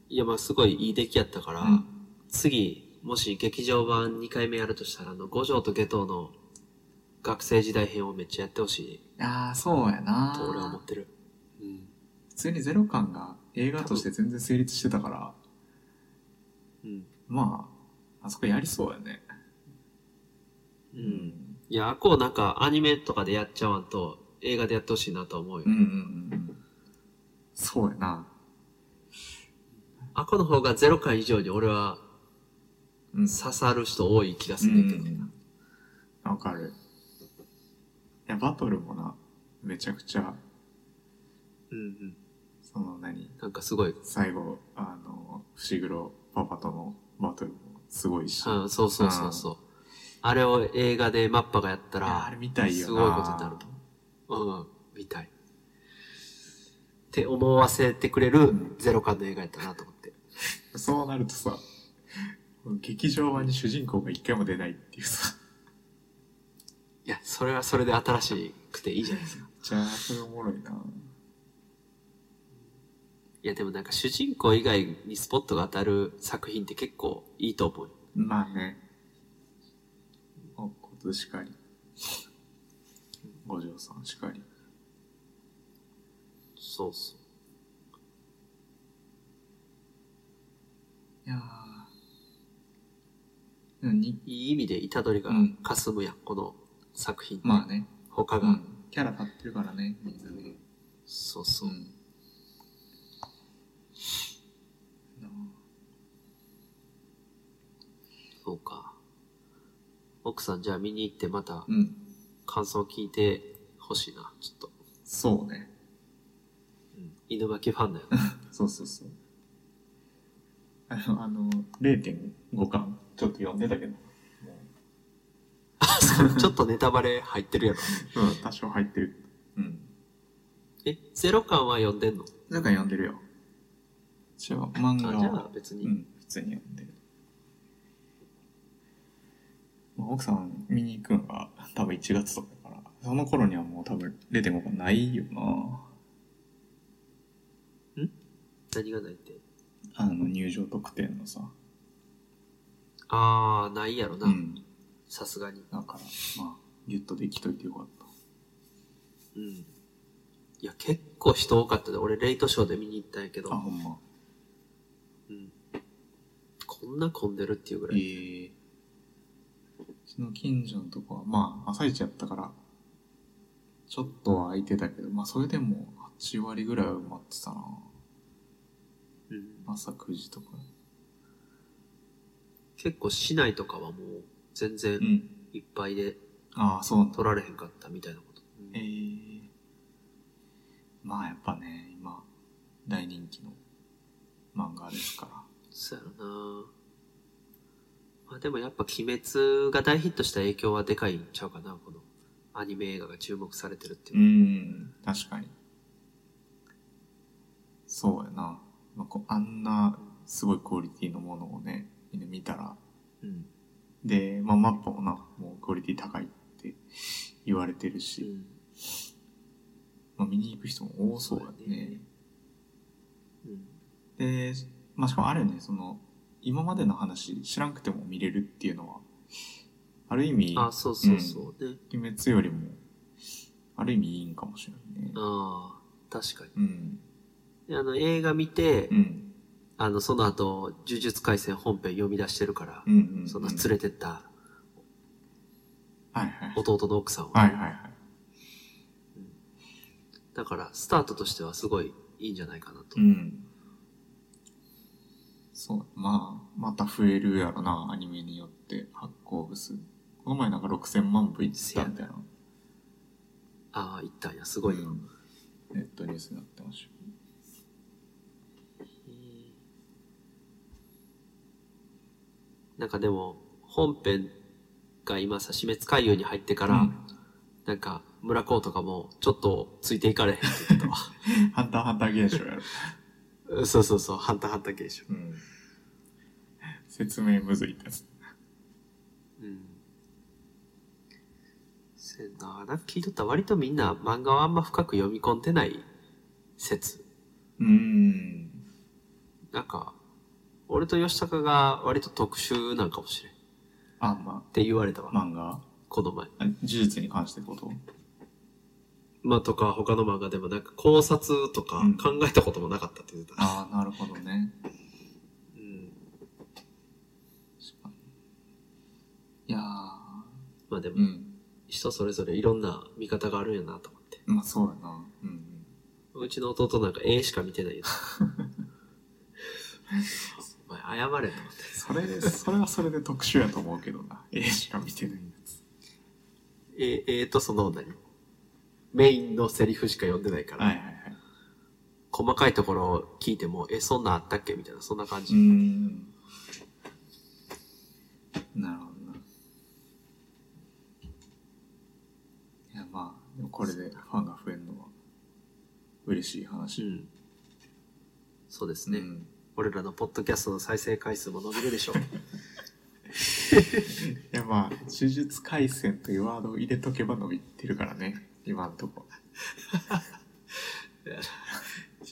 いや、まあすごいいい出来やったから、
うん
次、もし劇場版2回目やるとしたら、あの、五条と下等の学生時代編をめっちゃやってほしい
あー、そうやな
と俺は思ってる。うん。
普通にゼロ感が映画として全然成立してたから、
うん。
まあ、あそこやりそうやね。
う。。
うん
いや、あこうなんかアニメとかでやっちゃわんと、映画でやってほしいなとは思うよ。
うんうんうんうん。そうやな。
アコの方が0回以上に俺は
うん
刺さる人多い気がす
う
るんだけど、
ん。わかる。いや、バトルもな、めちゃくちゃ、
うんうん、
その何、
なんかすごい、
最後、あの、伏黒パパとのバトルもすごいし。
うん、そうそうそうそう、あれを映画でマッパがやった
いやあ
ら
れ見たいよな。
すごいことになるとうん見たいって思わせてくれる
ん
ゼロ感の映画やったなと思って、
そうなるとさ、劇場版に主人公が一回も出ないっていうさ、
いやそれはそれで新しくていいじゃないですか
めっちゃあそれおもろいな。
いやでもなんか主人公以外にスポットが当たる作品って結構いいと思う
まあね。お骨しかり。五条さんしかり。
そうそう
いやーうんに、
いい意味で虎杖が霞むやん、この作品って、
まあね、
他
う
が、
ん、キャラ立ってるからね、みんなね。
そうそうう、
ん。な
そうか。奥さん、じゃあ見に行ってまた
あうん、
感想聞いてほしいな、ちょっと。
そうね。
犬巻ファンだよ、 ね。
そうそうそう。あの、あの0.5巻、ちょっと読んでたけど。
ちょっとネタバレ入ってるやろ。
うん、多少入ってる。うん。
え、ゼロ感は読んでんの
なんか読んでるよ。一応、漫画
あ
は。
じゃあ別に。
うん、普通に読んでる。まあ、奥さん見に行くのが多分1月とかだから、その頃にはもう多分0.5がないよな。
何がないって。
あの、入場特典のさ。
あー、ないやろ
う
な。
ん。
さすがに。
だから、まあ、ギュッとできといてよかった。
うん。いや、結構人多かったで。俺、レイトショーで見に行ったんやけど
あ、。ほんま。
うん。そんな混んでるっていうぐら
え
い。
ー、うちの近所のとこは、まあ、朝一やったから、ちょっとは空いてたけど、まあ、それでも8割ぐらいは埋まってたな。
うん
朝9時とか。
結構市内とかはもう全然
うん。
いっぱいで
ああ、そうなんだ。
取られへんかったみたいなこと。
えー、まあ、やっぱね、今、大人気の漫画ですから。
そうやろなまあでもやっぱ鬼滅が大ヒットした影響はでかいんちゃうかな、このアニメ映画が注目されてるっていうう。
ん、確かに。そうやな。まあ、こうあんなすごいクオリティのものをね、みんな見たら、
うん。
で、まあ、マップもな、もうクオリティ高いって言われてる
う
し、
ん。
まあ、見に行く人も多そうや
そうや
ね
ね。うん。
で、まあ、しかもあるよね、その、今までの話知らんくても見れるっていうのは、ある意味、
あ、そうそうそうね。
鬼滅よりも、ある意味いいんかもしれないね。
ああ、確かに
うん。。
であの映画見て、
うん。
あの、その後、呪術廻戦本編読み出してるから、
うん。うんうん。
その連れてった
はいはい。
弟の奥さんを。
はいはいはい。
だから、スタートとしてはすごいいいんじゃないかなと。
うん。そう、まあ、また増えるやろな、アニメによって発行部数。この前なんか6000万部いってたみたいな。
ああ、行ったんや、すごいな。
うんネットニュースになってましたよ。
なんかでも、本編が今さ、死滅回遊に入ってから、
うん
なんか、村子とかも、ちょっとついていかれへんって言ってたわ
ハンターハンター現象やろ。
うん。 そうそうそう、ハンターハンター現象。
うん。説明むずいってやつ。
うん。せんな、なんか聞いとったら割とみんな漫画はあんま深く読み込んでない説。
うん。
なんか、俺と吉高が割と特殊なんかもしれん。っ
あ、ま
て言われたわ。
あ、漫画
この前。
あ事実に関してこと
まあとか他の漫画でもなんか考察とか
うん
考えたこともなかったって言ってた。
ああ、なるほどね。
うん。
確かにいやー
まあで
う
も、
ん。
人それぞれいろんな見方があるんやなと思って。
まあそうやな。うんうん。
うちの弟なんか絵しか見てないよ。お前謝れと思って。
それで、それはそれで特殊やと思うけどな。絵しか見てないやつ。
え、えー、と、その何メインのセリフしか読んでないから、
はいはいはい。
細かいところを聞いても、え、そんなんあったっけみたいな、そんな感
う
じ。
ん。なるほどな。いやまあ、でもこれでファンが増えるのは嬉しい話。
うんそうですね、
うん
俺らのポッドキャストの再生回数も伸びるでしょ う。
いやまあ、手術回線というワードを入れとけば伸びてるからね。今んとこ。
呪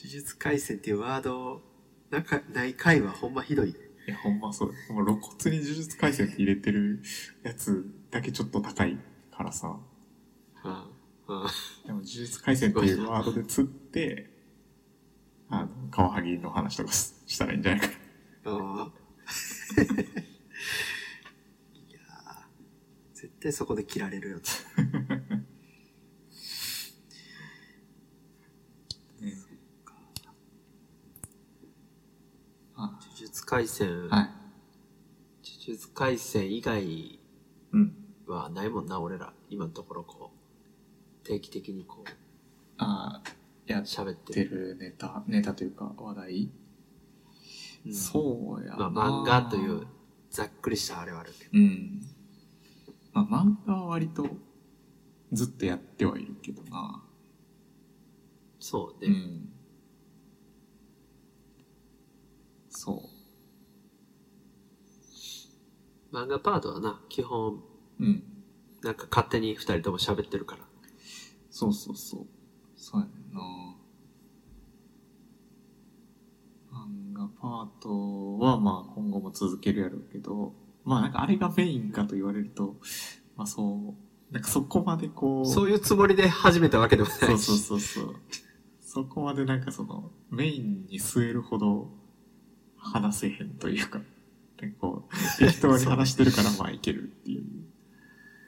術廻戦っていうワードなんかない回はほんまひどい。
いやほんまそう。もう露骨に呪術回線って入れてるやつだけちょっと高いからさ。
うん。うん。
でも、呪術廻戦っていうワードで釣って、あの、カワハギの話とかすしたらいいんじゃないかな。
あー いやー絶対そこで切られるよ。
あ
呪術廻戦、
はい。
呪術廻戦以外
うん。
はないもんな、俺ら。今のところこう、定期的にこう、
ああ、やっ
喋って
て
る。
るネタ、ネタというか話題、
うん
そうやな。
まあ漫画という、ざっくりしたあれはあるけど。
うん。まあ漫画は割とずっとやってはいるけどな。
そう
う
ね。
ん。そ
漫画パートはな、基本、
う。うん。
なんか勝手に二人とも喋ってるから。
そうそうそう。そうやねんな。漫画パートはまあ今後も続けるやろうけど、まあなんかあれがメインかと言われると、まあそう、なんかそこまでこう、
そういうつもりで始めたわけでもないし。
そうそうそうそう。そこまでなんかそのメインに据えるほど話せへんというか、結構、適当に話してるから、まあいけるっていう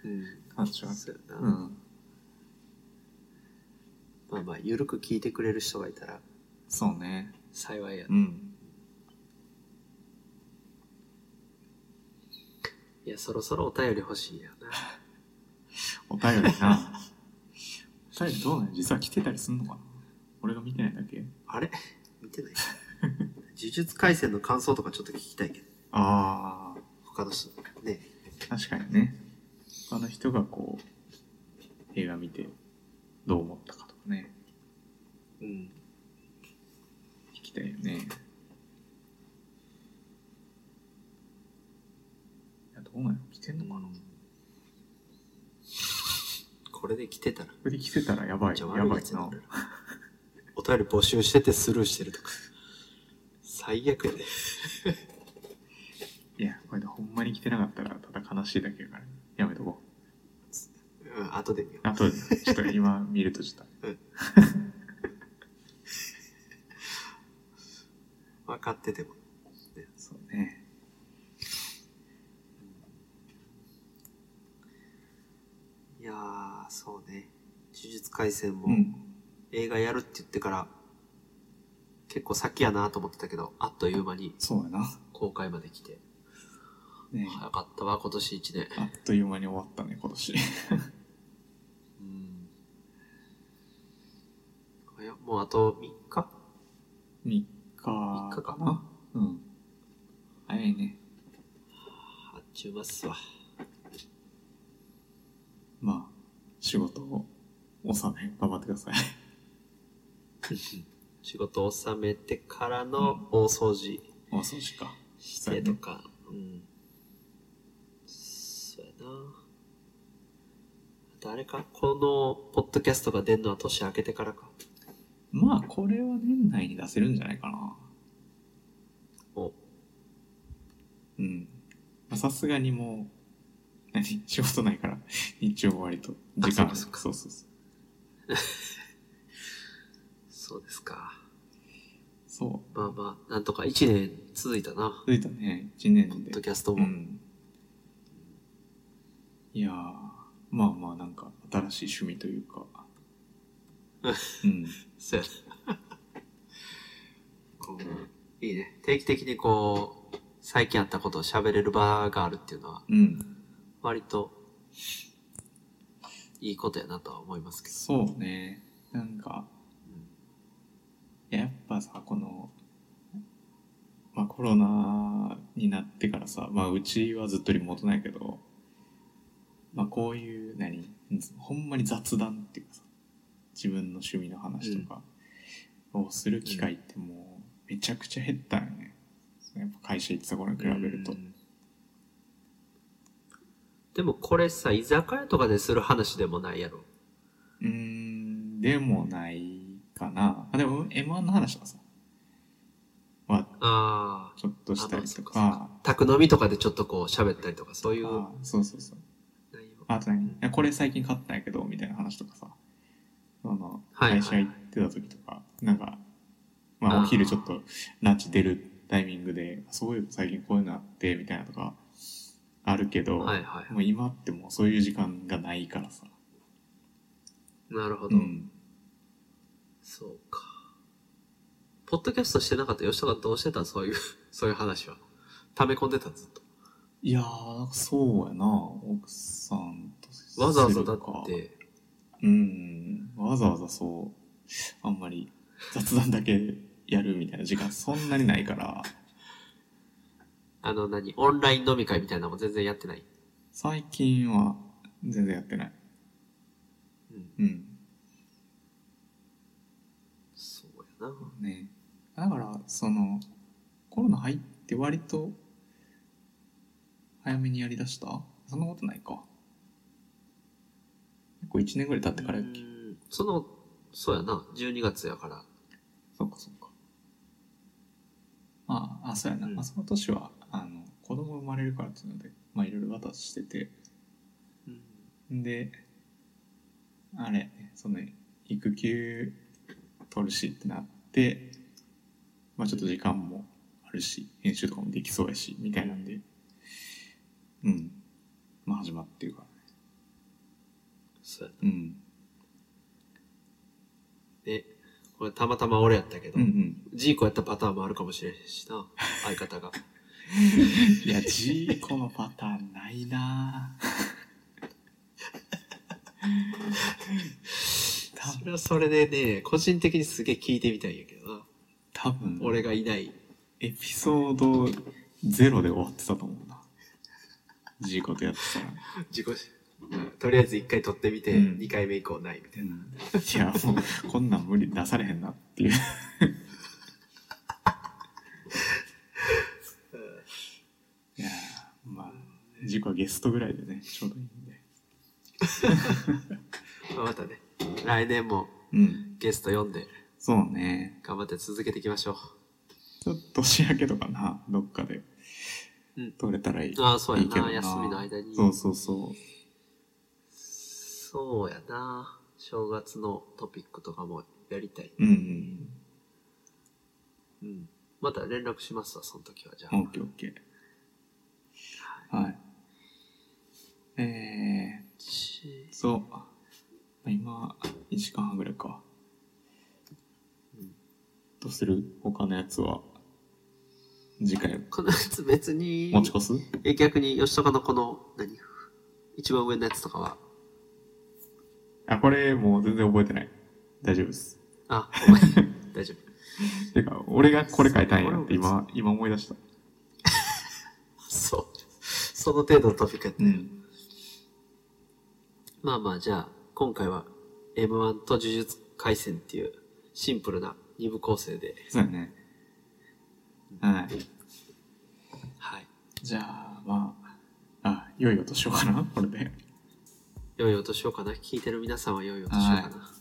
うん。
感じはある。
そうやな。
うん。
まあまあ、ゆるく聞いてくれる人がいたら
そうね。
幸いや。
うん。
いや、そろそろお便り欲しいやな。
お便りな。 お便りどうなん実は来てたりすんのかな俺が見てないだけ
あれ見 てない呪術廻戦の感想とかちょっと聞きたいけど。
あ
他の人。ね。
あ、確かにね。他の人がこう、映画見てどう思ったかとかね、
うん。
聞きたいよね。いや、どうなんやろ来てんのかな
これで来てたら。
これで来てたらやばい、
じゃ
や
あ悪
ばい
い
な
やつ。になる。お便り募集しててスルーしてるとか。最悪やね。
いや、これでほんまに来てなかったら、ただ悲しいだけやから、やめとこう。
うん、後で見よ
あと、ちょっと今見るとちょっ
う。分かってても。
と、そうね。
いやー、そうね。呪術廻戦も、
うん。
映画やるって言ってから、結構先やなと思ってたけど、あっという間に
そうやな。
公開まで来て。
ね
早かったわ、今年一年。
あっという間に終わったね、今年。
うん。早っもうあと3日
3日か
日か
な。うん。早いね。
あっちゅうまっすわ。
まあ、仕事を納め、頑張ってください。
仕事を収めてからの大掃除
大掃除か。
してとか、うん。そうやな。あとあれか、このポッドキャストが出るのは年明けてからか。
まあ、これは年内に出せるんじゃないかな。
お、
うん。まあさすがにもう、何仕事ないから、日曜も割と時間ある
あそうか
そうそうそう。
そうですか。
そう。
まあまあ、なんとか1年続いたな。
続いたね、1年
ポ
で
ッド。キャスト
う
も。
ん。いやー、まあまあなんか新しい趣味というか。うん。
そうやな。 こう、いいね。定期的にこう、最近あったことを喋れる場があるっていうのは、
うん。
割と、いいことやなとは思いますけど。
そうね。なんか、いややっぱさ、この、まあコロナになってからさ、まあうちはずっとリモートなんやけど、まあこういう、何、ほんまに雑談っていうかさ、自分の趣味の話とかをする機会ってもうめちゃくちゃ減ったよね。やっぱ会社行ってた頃に比べると
う。んでもこれさ、居酒屋とかでする話でもないやろ。
うーん、でもないかな。あでも M1 の話はさ、は
ああ。
ちょっとしたり
あそ
と
うかそうか
か、
宅飲みとかでちょっとこう喋ったりとか、そういう
あそうそうそう。
内容。
あと何いやこれ最近買ったんやけど、みたいな話とかさ、その
はいはい
会社行ってた時とか、なんか、まあ
あ
お
ー
昼ちょっとランチ出るタイミングで、そういう最近こういうのあって、みたいなとか、あるけど、
はいはい
もう今ってもうそういう時間がないからさ。
なるほ
う
ど。
ん。
そうか。ポッドキャストしてなかった吉田がどうしてたそういう、 そういう話は。溜め込んでたずっと。
いやー、そうやな、奥さんとするか
わざわざだって、
うん、わざわざそう、あんまり雑談だけやるみたいな時間そんなにないから、
あの何、オンライン飲み会みたいなのも全然やってない。
最近は全然やってない。
うん。
うん。
そうやな。
ね。だから、その、コロナ入って割と、早めにやりだしたそんなことないか。結構1年ぐらい経ってからやっけ。
うんその、そうやな。12月やから。
そっかそっか。まあ、あ、そうやな。
うん
まあ、その年は、あの、子供生まれるからっていうので、まあ、いろいろ渡してて、
うん。
で、あれ、その、育休取るしってなって、まあ、ちょっと時間もあるし、編集とかもできそうやし、みたいなんで。うん。まあ始まってるからね。
そうやな
うん。
で、これたまたま俺やったけど、
うんうん。
ジーコやったパターンもあるかもしれんしな、相方 が。
いや、ジーコのパターンないなぁ。
それはそれでね、個人的にすげえ聞いてみたいんやけどな。
多分、
俺がいない。
エピソードゼロで終わってたと思うな。ジーコとやってたら。
自己、とりあえず一回撮ってみて、
うん
二回目以降ないみたいな。
いや、もう、こんなん無理出されへんなっ ていう。いやーまあ、ジーコはゲストぐらいでね、ちょうどいいんで。
まあまたね、来年も
うん。
ゲスト読んで、
そうね。
頑張って続けていきましょ
ちょっと年明けとかな、どっかで
うん。
取れたらいい。
う。ああ、そうや
いいけど
な、休みの間に。
そうそうそう。
そうやな。正月のトピックとかもやりたい。
うん
うん。また連絡しますわ、その時は。じゃ
う
あ。
ん。オッケーオッケー。はい。え
し
ー、そう。今、1時間半ぐらいか。
うん
どうする他のやつは。次回、
このやつ別に、
持ち越す
え逆に吉高のこの、何一番上のやつとかは、
あ、これもう全然覚えてない。大丈夫です。
あ、お前、大丈夫。
てか、俺がこれ書いたんやって今、今思い出した。
そう。その程度のトピックやった
う
よ
ん。
まあまあ、じゃあ、今回は M1 と呪術廻戦っていうシンプルな二部構成で、
そうやね。はい。
はい。
じゃあ、まあ、あ、良いお年をかなこれで。
良いお年をかな聞いてる皆さんは良いお年をかな、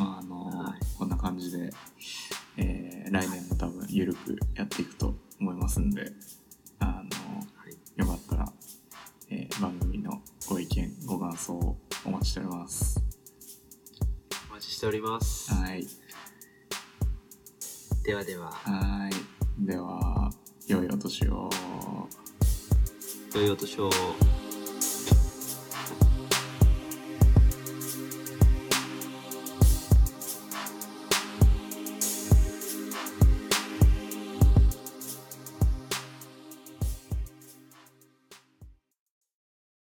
まあ、あのー
はい
こんな感じで、えー来年も多分、ゆるくやっていくと思いますんで、あ
はい
のーよかったら、えー番組のご意見、ご感想をお待ちしております。
お待ちしております。
はい。
ではでは、
はい。では、良いお年を。
良いお年を。